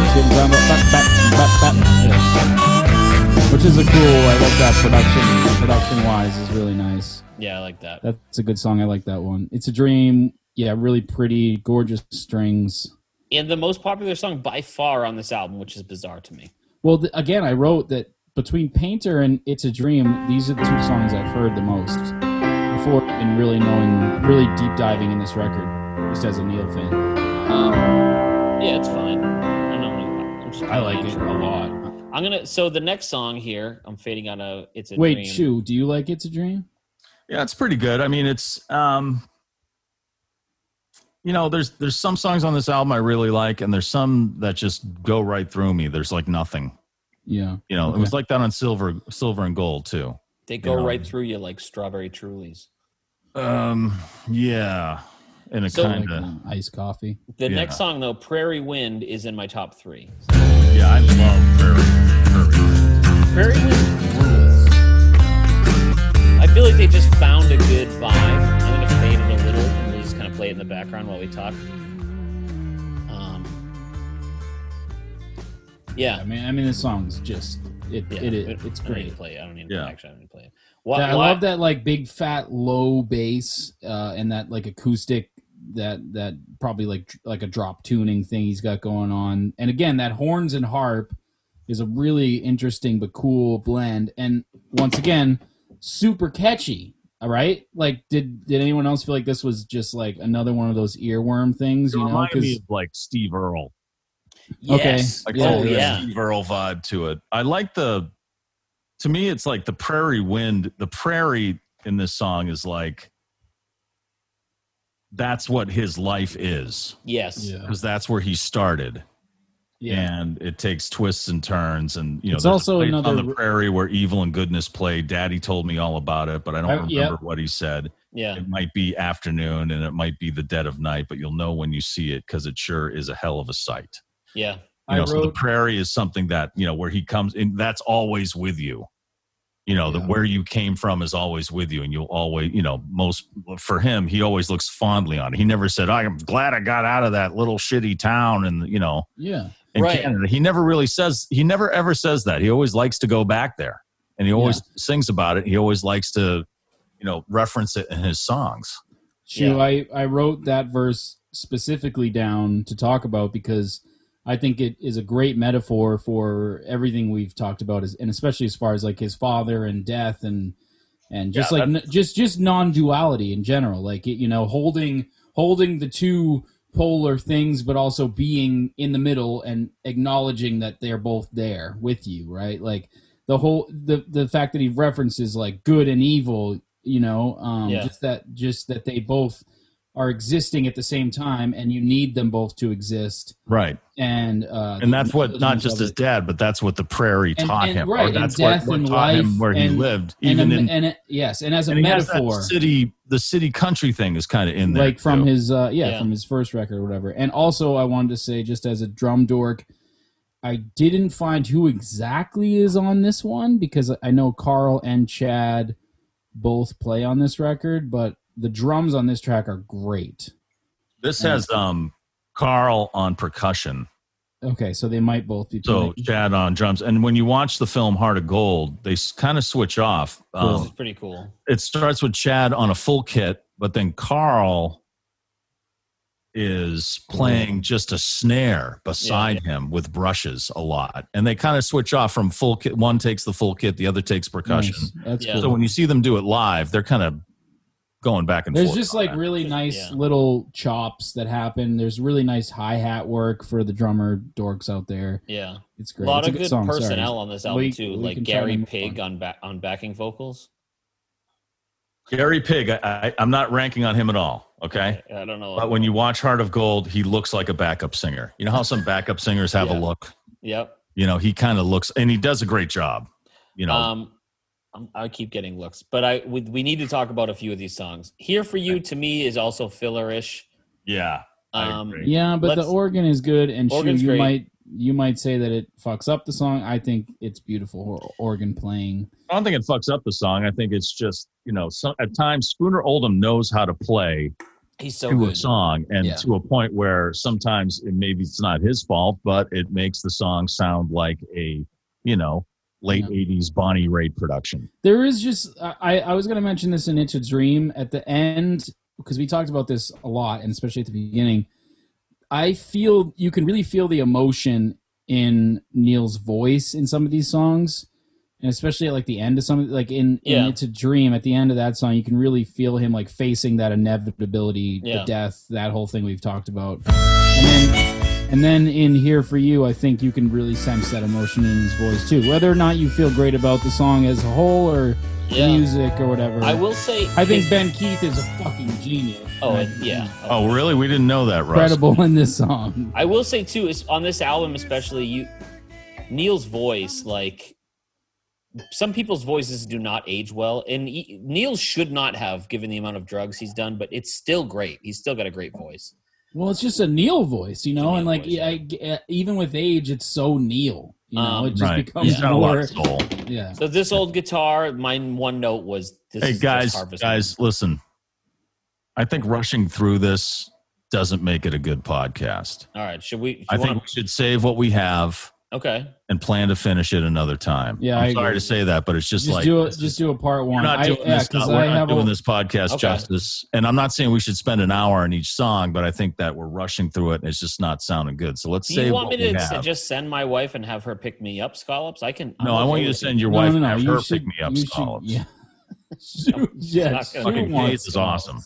talking about? Bop, bop, bop, bop. Yeah. Which is a cool. I love that production. Production wise, is really nice.
Yeah, I like that.
That's a good song. I like that one. It's a dream. Yeah, really pretty, gorgeous strings.
And the most popular song by far on this album, which is bizarre to me.
Well, th- again, I wrote that between Painter and It's a Dream, these are the two songs I've heard the most before and really knowing, really deep diving in this record, just as a Neil fan. Um,
Yeah, it's fine. I don't know. I'm just
I like it a lot.
I'm gonna. So the next song here, I'm fading out of. It's a
Wait,
Dream.
Chu, do you like It's a Dream?
Yeah, it's pretty good. I mean, it's um you know, there's there's some songs on this album I really like and there's some that just go right through me. There's like nothing.
Yeah.
You know,
Okay.
it was like that on Silver Silver and Gold too.
They go
Yeah.
right through you like strawberry trulies.
Um yeah. In a
So,
kind
Like,
of
uh, iced coffee.
The
Yeah.
next song though, Prairie Wind, is in my top three.
Yeah, I love Prairie Prairie.
Prairie Wind rules. I feel like they just found a good vibe. I'm gonna fade it a little, and we'll just kind of play it in the background while we talk. Um, yeah,
I mean, I mean, this song's just it.
yeah.
it,
I
it
don't
it's
need
great.
to play. it. I don't need
Yeah.
to actually. I don't need to play it. Why,
Yeah, I
why-
love that like big fat low bass uh, and that like acoustic that that probably like dr- like a drop tuning thing he's got going on. And again, that horns and harp is a really interesting but cool blend. And once again, super catchy. All right, like did did anyone else feel like this was just like another one of those earworm things?
It
You know,
reminded me
because
of like Steve Earle.
Yes.
Okay.
Like
Yeah,
oh
yeah.
yeah, Steve Earle vibe to it. I like the to me it's like the prairie wind. The prairie in this song is like that's what his life is
Yes.
yeah,
because that's where he started
yeah,
and it takes twists and turns and you know
It's
there's a
also
place
another-
on the prairie where evil and goodness play daddy told me all about it but i don't
I-
remember
yeah.
what he said
Yeah.
it might be afternoon and it might be the dead of night but you'll know when you see it because it sure is a hell of a sight
Yeah.
you know,
I
so the
wrote-
prairie is something that you know where he comes in. That's always with you. You know,
Yeah.
the where you came from is always with you, and you'll always, you know, most for him, he always looks fondly on. it. He never said, "I am glad I got out of that little shitty town," and you know,
yeah.
in
Right.
Canada, he never really says. He never ever says that. He always likes to go back there, and he always sings about it. He always likes to, you know, reference it in his songs.
Shu,
Yeah.
I, I wrote that verse specifically down to talk about because I think it is a great metaphor for everything we've talked about, as, and especially as far as like his father and death and and just
Yeah,
like n- just just non-duality in general, like it, you know, holding holding the two polar things, but also being in the middle and acknowledging that they're both there with you, right? Like the whole the the fact that he references like good and evil you know um
Yeah.
just that just that they both are existing at the same time and you need them both to exist
Right,
and uh
and
the
that's what not
acknowledgement
just
of
his
it.
dad, but that's what the prairie
And-
taught
and-
him,
right,
or
and
that's what,
death
what
and
taught him
life
where he
and-
lived,
and,
even
a-
in
and a- yes and as a
And he has that
metaphor
city, the city country thing is kind of in there,
like from
too.
his uh yeah,
Yeah.
from his first record or whatever and also i wanted to say just as a drum dork i didn't find who exactly is on this one because i know carl and chad both play on this record but the drums on this track are great
This has um Carl on percussion,
okay so they might both be
so
playing.
Chad on drums, and when you watch the film Heart of Gold, they kind of switch off.
This is
Um,
pretty cool.
it starts with Chad on a full kit, but then Carl is playing just a snare beside him with brushes a lot, and they kind of switch off from full kit. One takes the full kit, the other takes percussion.
Nice. That's
Yeah.
cool.
So when you see them do it live, they're kind of going back and
There's
forth.
just
on
like
that.
really nice
yeah.
little chops that happen. There's really nice hi hat work for the drummer dorks out there.
Yeah,
It's
a
great.
lot
It's
of
good
good
song, sorry.
personnel on this album
We-
too,
we
like
can try
Gary
to move
Pig
on.
on back on backing vocals.
Gary Pig. I, I, I'm not ranking on him at all. Okay.
I, I don't know.
But when you watch Heart of Gold, he looks like a backup singer. You know how some backup singers have a
Yeah.
look?
yep.
You know, he kind of looks, and he does a great job. You know,
Um, I'm, I keep getting looks, but I we, we need to talk about a few of these songs. Here for you to me is also fillerish.
yeah. I
Um,
agree.
Yeah, but the
Let's-
organ is good, and shoot,
Organ's
you
great.
might you might say that it fucks up the song. I think it's beautiful or- organ playing.
I don't think it fucks up the song. I think it's just, you know, some, at times Spooner Oldham knows how to play
he's so
to a
good.
song and
Yeah.
to a point where sometimes it, maybe it's not his fault, but it makes the song sound like a, you know, late
Yeah.
80s Bonnie Raitt production.
There is just I I- I was gonna mention this in It's a Dream at the end because we talked about this a lot, and especially at the beginning. I feel you can really feel the emotion in Neil's voice in some of these songs, and especially at like the end of some like in,
Yeah.
in It's a Dream at the end of that song, you can really feel him like facing that inevitability,
Yeah.
the death, that whole thing we've talked about, and then. And then in here for you, I think you can really sense that emotion in his voice too. Whether or not you feel great about the song as a whole or
Yeah.
music or whatever.
I will say.
I think
his-
Ben Keith is a fucking genius.
Oh
And
yeah.
Oh, really? We didn't know that, Russ.
incredible in this song.
I will say too is on this album especially you Neil's voice like some people's voices do not age well and he, Neil should not have given the amount of drugs he's done but it's still great he's still got a great voice
Well, it's just a Neil voice, you
It's a
know,
Neil
and like
voice, yeah.
I, I- even with age, it's so Neil. You know,
Um,
it just
Right.
becomes
He's got a lot
more.
of soul.
Yeah,
so this old guitar my one note was this
Hey
is just
guys,
Harvest
guys, listen. I think rushing through this doesn't make it a good podcast.
Moon. all right should we do you
I think
wanna-
we should save what we have
okay
and plan to finish it another time.
Yeah,
I'm
I
sorry
agree.
to say that, but it's just,
just
like
do a,
this
just
is-
do a part
we're
one.
not
I,
doing
yeah,
this. uh,
because
we're
I
not
have
doing
a,
this podcast
Okay.
justice, and I'm not saying we should spend an hour on each song, but I think that we're rushing through it, and it's just not sounding good. So let's
do
save
you want
what
me
we
to s-
have.
just send my wife and have her pick me up scallops I can I'm
no, I
okay
want you to
with it.
send your
no,
wife
no, no,
and
you
have her
should,
pick me up
you should-
scallops. [LAUGHS]
Yeah. Shoot, yeah,
It's not gonna
shoot
Fucking
wants
Keith is
scallops.
awesome.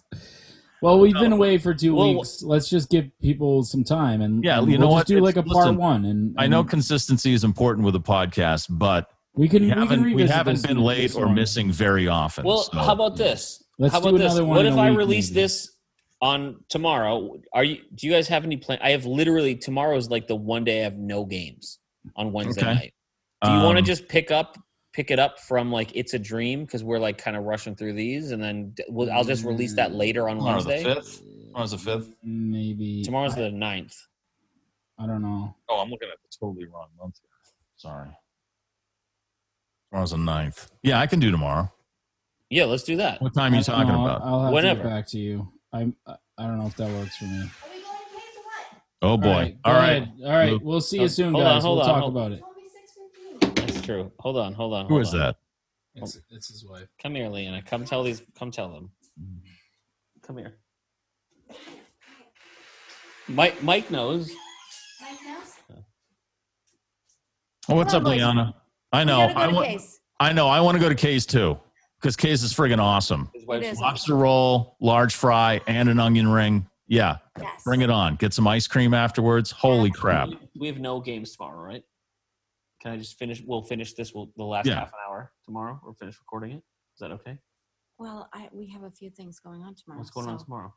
Well, we've been away for two
Well-
weeks. Let's just give people some time, and
Yeah,
and
you
we'll
know
just
what?
do
It's-
like a part
listen,
one, and,
I know
and
consistency is important with a podcast, but
we can
we
we, can
haven't we,
revisit
haven't
this
been
in-
late
this
or
one.
missing very often.
Well,
so-
how about this?
Let's
how
do
about this?
another one
What
in
if
a
I
week,
release
maybe.
this on tomorrow? Are you? Do you guys have any plan? I have literally tomorrow is like the one day I have no games on Wednesday
Okay.
night. Do you want to
Um,
just pick up pick it up from like it's a dream because we're like kind of rushing through these and then d- we'll, I'll just release that later on
Mm, tomorrow's the
Wednesday.
fifth? Tomorrow's the fifth.
Maybe
Tomorrow's
I,
the 9th.
I don't know.
Oh, I'm looking at the totally wrong month. here. Sorry. Tomorrow's the ninth. Yeah, I can do tomorrow.
Yeah, let's do that.
What time are
I
you
don't
talking
know.
about?
Uh, I'll have
Whenever.
to get back to you. I'm. I I don't know if that works for me.
Are we going case or what?
oh boy.
All right.
All
go
right.
ahead. All right.
Luke.
We'll see you soon,
Oh, Hold on,
guys.
hold
we'll
on,
talk
hold-
about it.
Told me six fifteen.
That's true. Hold on, hold on.
Who
hold
is
on.
that?
It's, it's his wife.
Come here, Leanna. Come tell these. Come tell them. Come here. Mike. Mike knows.
Mike knows.
Oh, what's
Come
up,
on, boys.
Liana? I know.
gotta go
I
to
want.
case.
I know. I want to go to K's too because K's is friggin' awesome.
His wife's
It is.
Lobster roll, large fry, and an onion ring. Yeah,
Yes.
bring it on. Get some ice cream afterwards. Holy crap!
We have no games tomorrow, right? Can I just finish? We'll finish this. We'll the last
Yeah.
half an hour tomorrow. We'll finish recording it. Is that okay?
Well, I, we have a few things going on tomorrow.
What's going on
so-
tomorrow?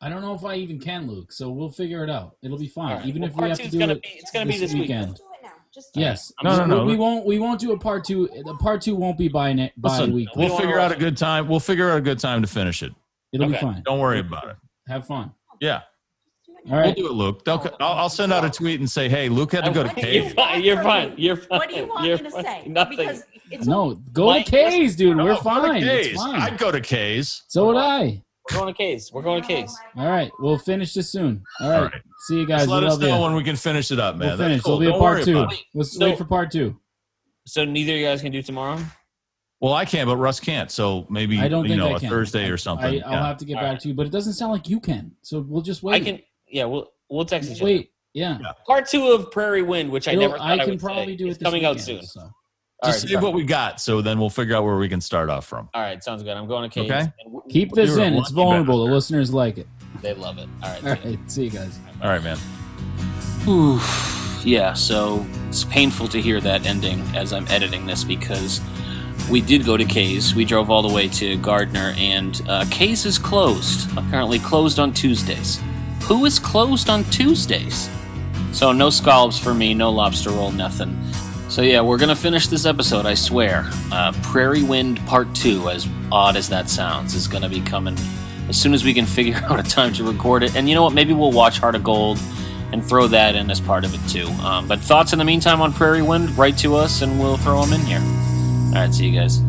I don't know if I even can, Luke. So we'll figure it out. It'll be
All
fine.
right.
Even
Well,
if
part
we have
two
to
is
do
gonna
it
be- it's gonna be this [LAUGHS]
weekend.
Just do it now. Just do it.
Yes.
No,
We-
no, no.
We, we won't. We won't do a part two. The part two won't be by ne- by
Listen,
week.
we
we'll
don't
figure
wanna
out a
rush
good time. We'll figure out a good time to finish it.
It'll be
okay.
fine.
Don't worry about it.
Have fun.
Yeah,
Just do it
All
now.
right.
we'll do it, Luke. Don't, I'll, I'll send out a tweet and say, "Hey, Luke had to go to
What do
K's."
You're
you
fine.
want
You're
from
fine.
me?
You're fine.
What do you want
You're
me to
fine.
say?
Nothing.
Because it's
No, go
Mike,
to K's, dude.
No,
We're
go to
fine.
K's.
It's
I'd
fine.
go to K's.
So would I.
We're going to case. We're going to case.
All right, we'll finish this soon. All right,
All right.
see you guys.
Just let
we
us
love you.
know when we can finish it up, man.
we'll
That's
finish.
cool.
There'll be a
Don't worry
part two.
about it.
Let's
So-
wait for part two.
So neither of you guys can do tomorrow.
Well, I can't, but Russ can't. So maybe
I don't
you
think
know
I
a
can.
Thursday or
I,
something.
I'll
Yeah.
have to get
All
back
right.
to you, but it doesn't sound like you can. So we'll just wait.
I can. Yeah, we'll we'll text each other.
wait. Yeah,
Part two of Prairie Wind, which I
It'll-
never. Thought I,
can
would
probably
say.
do it.
It's
this
coming out soon.
weekend, so.
All
Just
right,
save
sorry.
what we got, so then we'll figure out where we can start off from.
All right, sounds good. I'm going to Kane's.
Okay.
and w-
Keep this
You're a
in. It's
lucky
vulnerable. The listeners like it. [LAUGHS]
They love it. All right.
All right. See you guys.
All right, man.
Oof. Yeah, so it's painful to hear that ending as I'm editing this because we did go to Kay's. We drove all the way to Gardner, and uh, Kay's is closed. Apparently, closed on Tuesdays. Who is closed on Tuesdays? So, no scallops for me, no lobster roll, nothing. So, yeah, we're going to finish this episode, I swear. Uh, Prairie Wind Part 2, as odd as that sounds, is going to be coming as soon as we can [LAUGHS] figure out a time to record it. And you know what? Maybe we'll watch Heart of Gold and throw that in as part of it too. Um, but thoughts in the meantime on Prairie Wind, write to us and we'll throw them in here. All right, see you guys.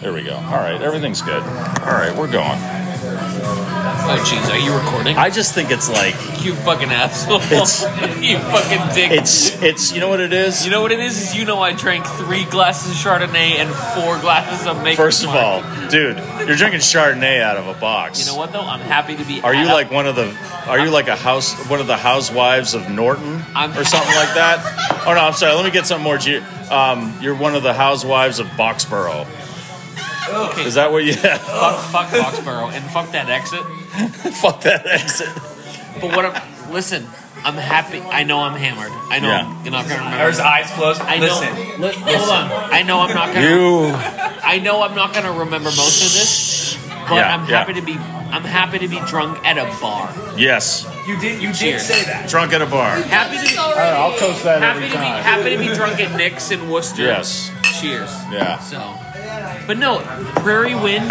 There we go. All right, everything's good. All right, we're going.
Oh, jeez, are you recording?
I just think it's like
you fucking asshole.
It's-
[LAUGHS] you fucking dick.
it's it's you know what it is.
you know what it is? Is you know I drank three glasses of Chardonnay and four glasses of Maker's
First of
Mark.
all, dude, you're drinking Chardonnay out of a box.
you know what though? I'm happy to be.
Are you
out.
like one of the? Are you like a house? One of the housewives of Norton
I'm-
or something like
[LAUGHS]
that? Oh no, I'm sorry. Let me get something more. G- um, you're one of the housewives of Boxborough.
okay?
Is that what you? [LAUGHS]
fuck, fuck Foxborough and fuck that exit?
Fuck that exit.
But what? I'm, listen, I'm happy. I know I'm hammered. I know
Yeah.
you're not gonna remember.
There's eyes closed.
I know.
Listen.
li- hold on. I know I'm not gonna.
You.
I know I'm not gonna remember most of this, but
Yeah,
I'm
yeah.
happy to be. I'm happy to be drunk at a bar.
Yes.
You did. You
Cheers.
did say that.
Drunk at a bar.
Happy to be.
I'll toast that.
Happy to be happy to be drunk at Nick's in Worcester.
Yes.
Cheers.
Yeah.
So, but no, Prairie Wind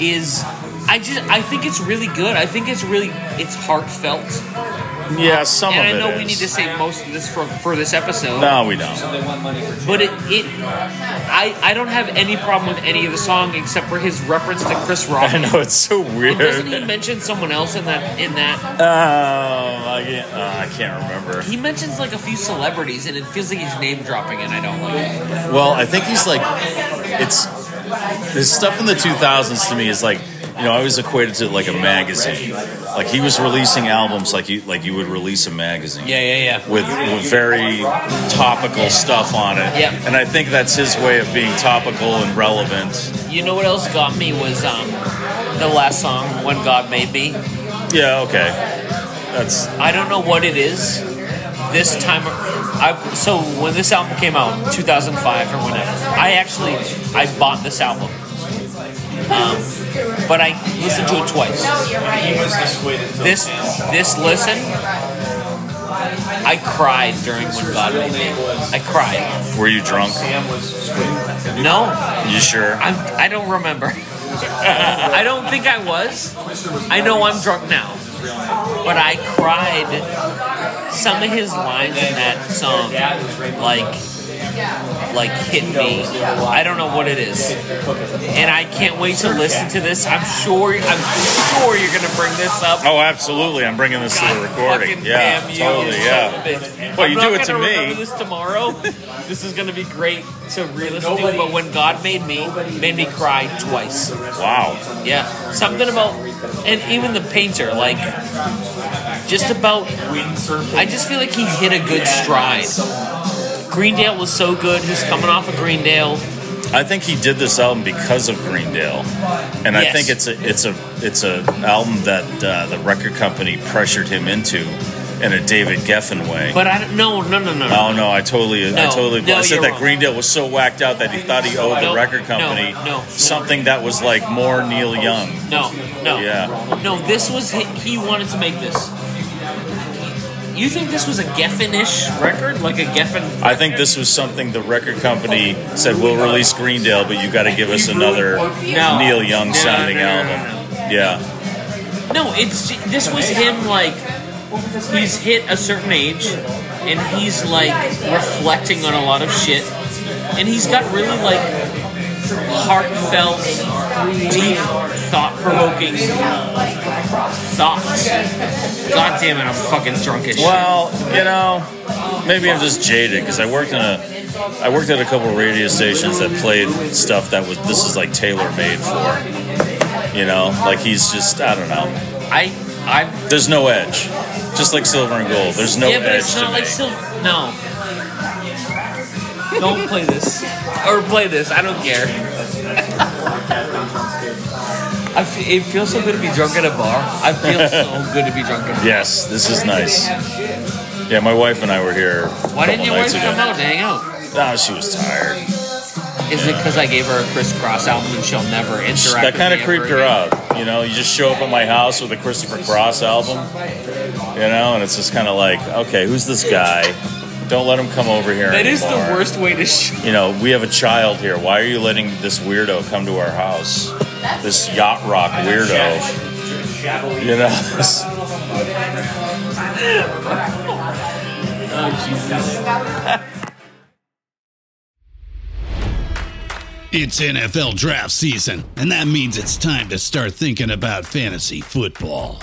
is. I just I think it's really good. I think it's really it's heartfelt.
Yeah. Some
and
of
I
it
know we
is.
need to save most of this for for this episode.
No, we don't.
[LAUGHS] But it, it I, I don't have any problem with any of the song except for his reference to Chris Rock.
I know it's so
And doesn't
[LAUGHS]
he
weird.
mention someone else in that in that?
Um, I can't. Uh, I can't remember.
He mentions like a few celebrities, and it feels like he's name dropping, and I don't like it.
Well, I think he's like, it's this stuff in the 2000s to me is like, you know, I always equated to like a magazine. Like he was releasing albums like you like you would release a magazine.
Yeah, yeah, yeah.
With, with very topical stuff on it.
Yeah.
And I think that's his way of being topical and relevant.
You know what else got me was um the last song, "When God Made Me."
Yeah. Okay. That's
I don't know what it is. This time, I so when this album came out, 2005 or whenever, I actually I bought this album, um, but I listened to it twice. This this listen, I cried during when God made me. I cried.
were you drunk?
No,
You sure?
I'm, I don't remember. [LAUGHS] I don't think I was. I know I'm drunk now. But I cried some of his lines in that song like like hit me. I don't know what it is. And I can't wait to listen to this. I'm sure I'm sure you're gonna bring this up.
Oh, absolutely. I'm bringing this to the
God
recording.
fucking
Yeah.
damn you,
Totally.
you
Yeah.
son of a bitch.
Well,
I'm
you
not
do it to
gonna
me.
remember This tomorrow, this is gonna be great to re-listen to. But when God made me, made me cry twice.
Wow.
Yeah, something about, and even the painter, like, just about. I just feel like he hit a good stride. Greendale was so good. He's coming off of Greendale.
I think he did this album because of Greendale, and I
Yes.
think it's a it's a it's a album that uh, the record company pressured him into in a David Geffen way.
But I don't. No, no, no, no.
Oh no, I totally, I
No,
totally.
no,
I said
you're
that
wrong.
Greendale was so whacked out that he thought he owed
No,
the record
no,
company
no.
something that was like more Neil Young.
No, no.
Yeah.
No, this was he, he wanted to make this. You think this was a Geffen-ish record, like a Geffen?
I think this was something the record company said we'll release Greendale, but you got to give us another
No.
Neil Young sounding
No, no, no, no,
album. Yeah,
No, it's this was him like he's hit a certain age and he's like reflecting on a lot of shit and he's got really like heartfelt
deep, thought-provoking thoughts. God damn it, I'm fucking drunk as shit.
Well, you know, maybe I'm just jaded because I worked in a, I worked at a couple of radio stations that played stuff that was this is like tailor made for, you know, like he's just I don't know.
I I
there's no edge, just like silver and gold. There's no
yeah, but
edge.
it's
to
not
me.
like Sil- No. Don't play this or play this. I don't care. [LAUGHS] I f- it feels so good to be drunk at a bar. I
[LAUGHS]
feel so good to be drunk. At a bar.
Yes, this is nice. Yeah, my wife and I were here.
Why didn't your wife come out to hang out?
No, she was tired.
Is it because I gave her a crisscross album and she'll never interact?
That kind of
with me ever
creeped her
again?
out. You know, you just show up at my house with a Christopher Cross album, you know, and it's just kind of like, okay, who's this guy? Don't let him come over here.
That is the
anymore.
worst way to. Sh-
You know, we have a child here. Why are you letting this weirdo come to our house? This yacht rock weirdo. You know,
It's NFL draft season, and that means it's time to start thinking about fantasy football.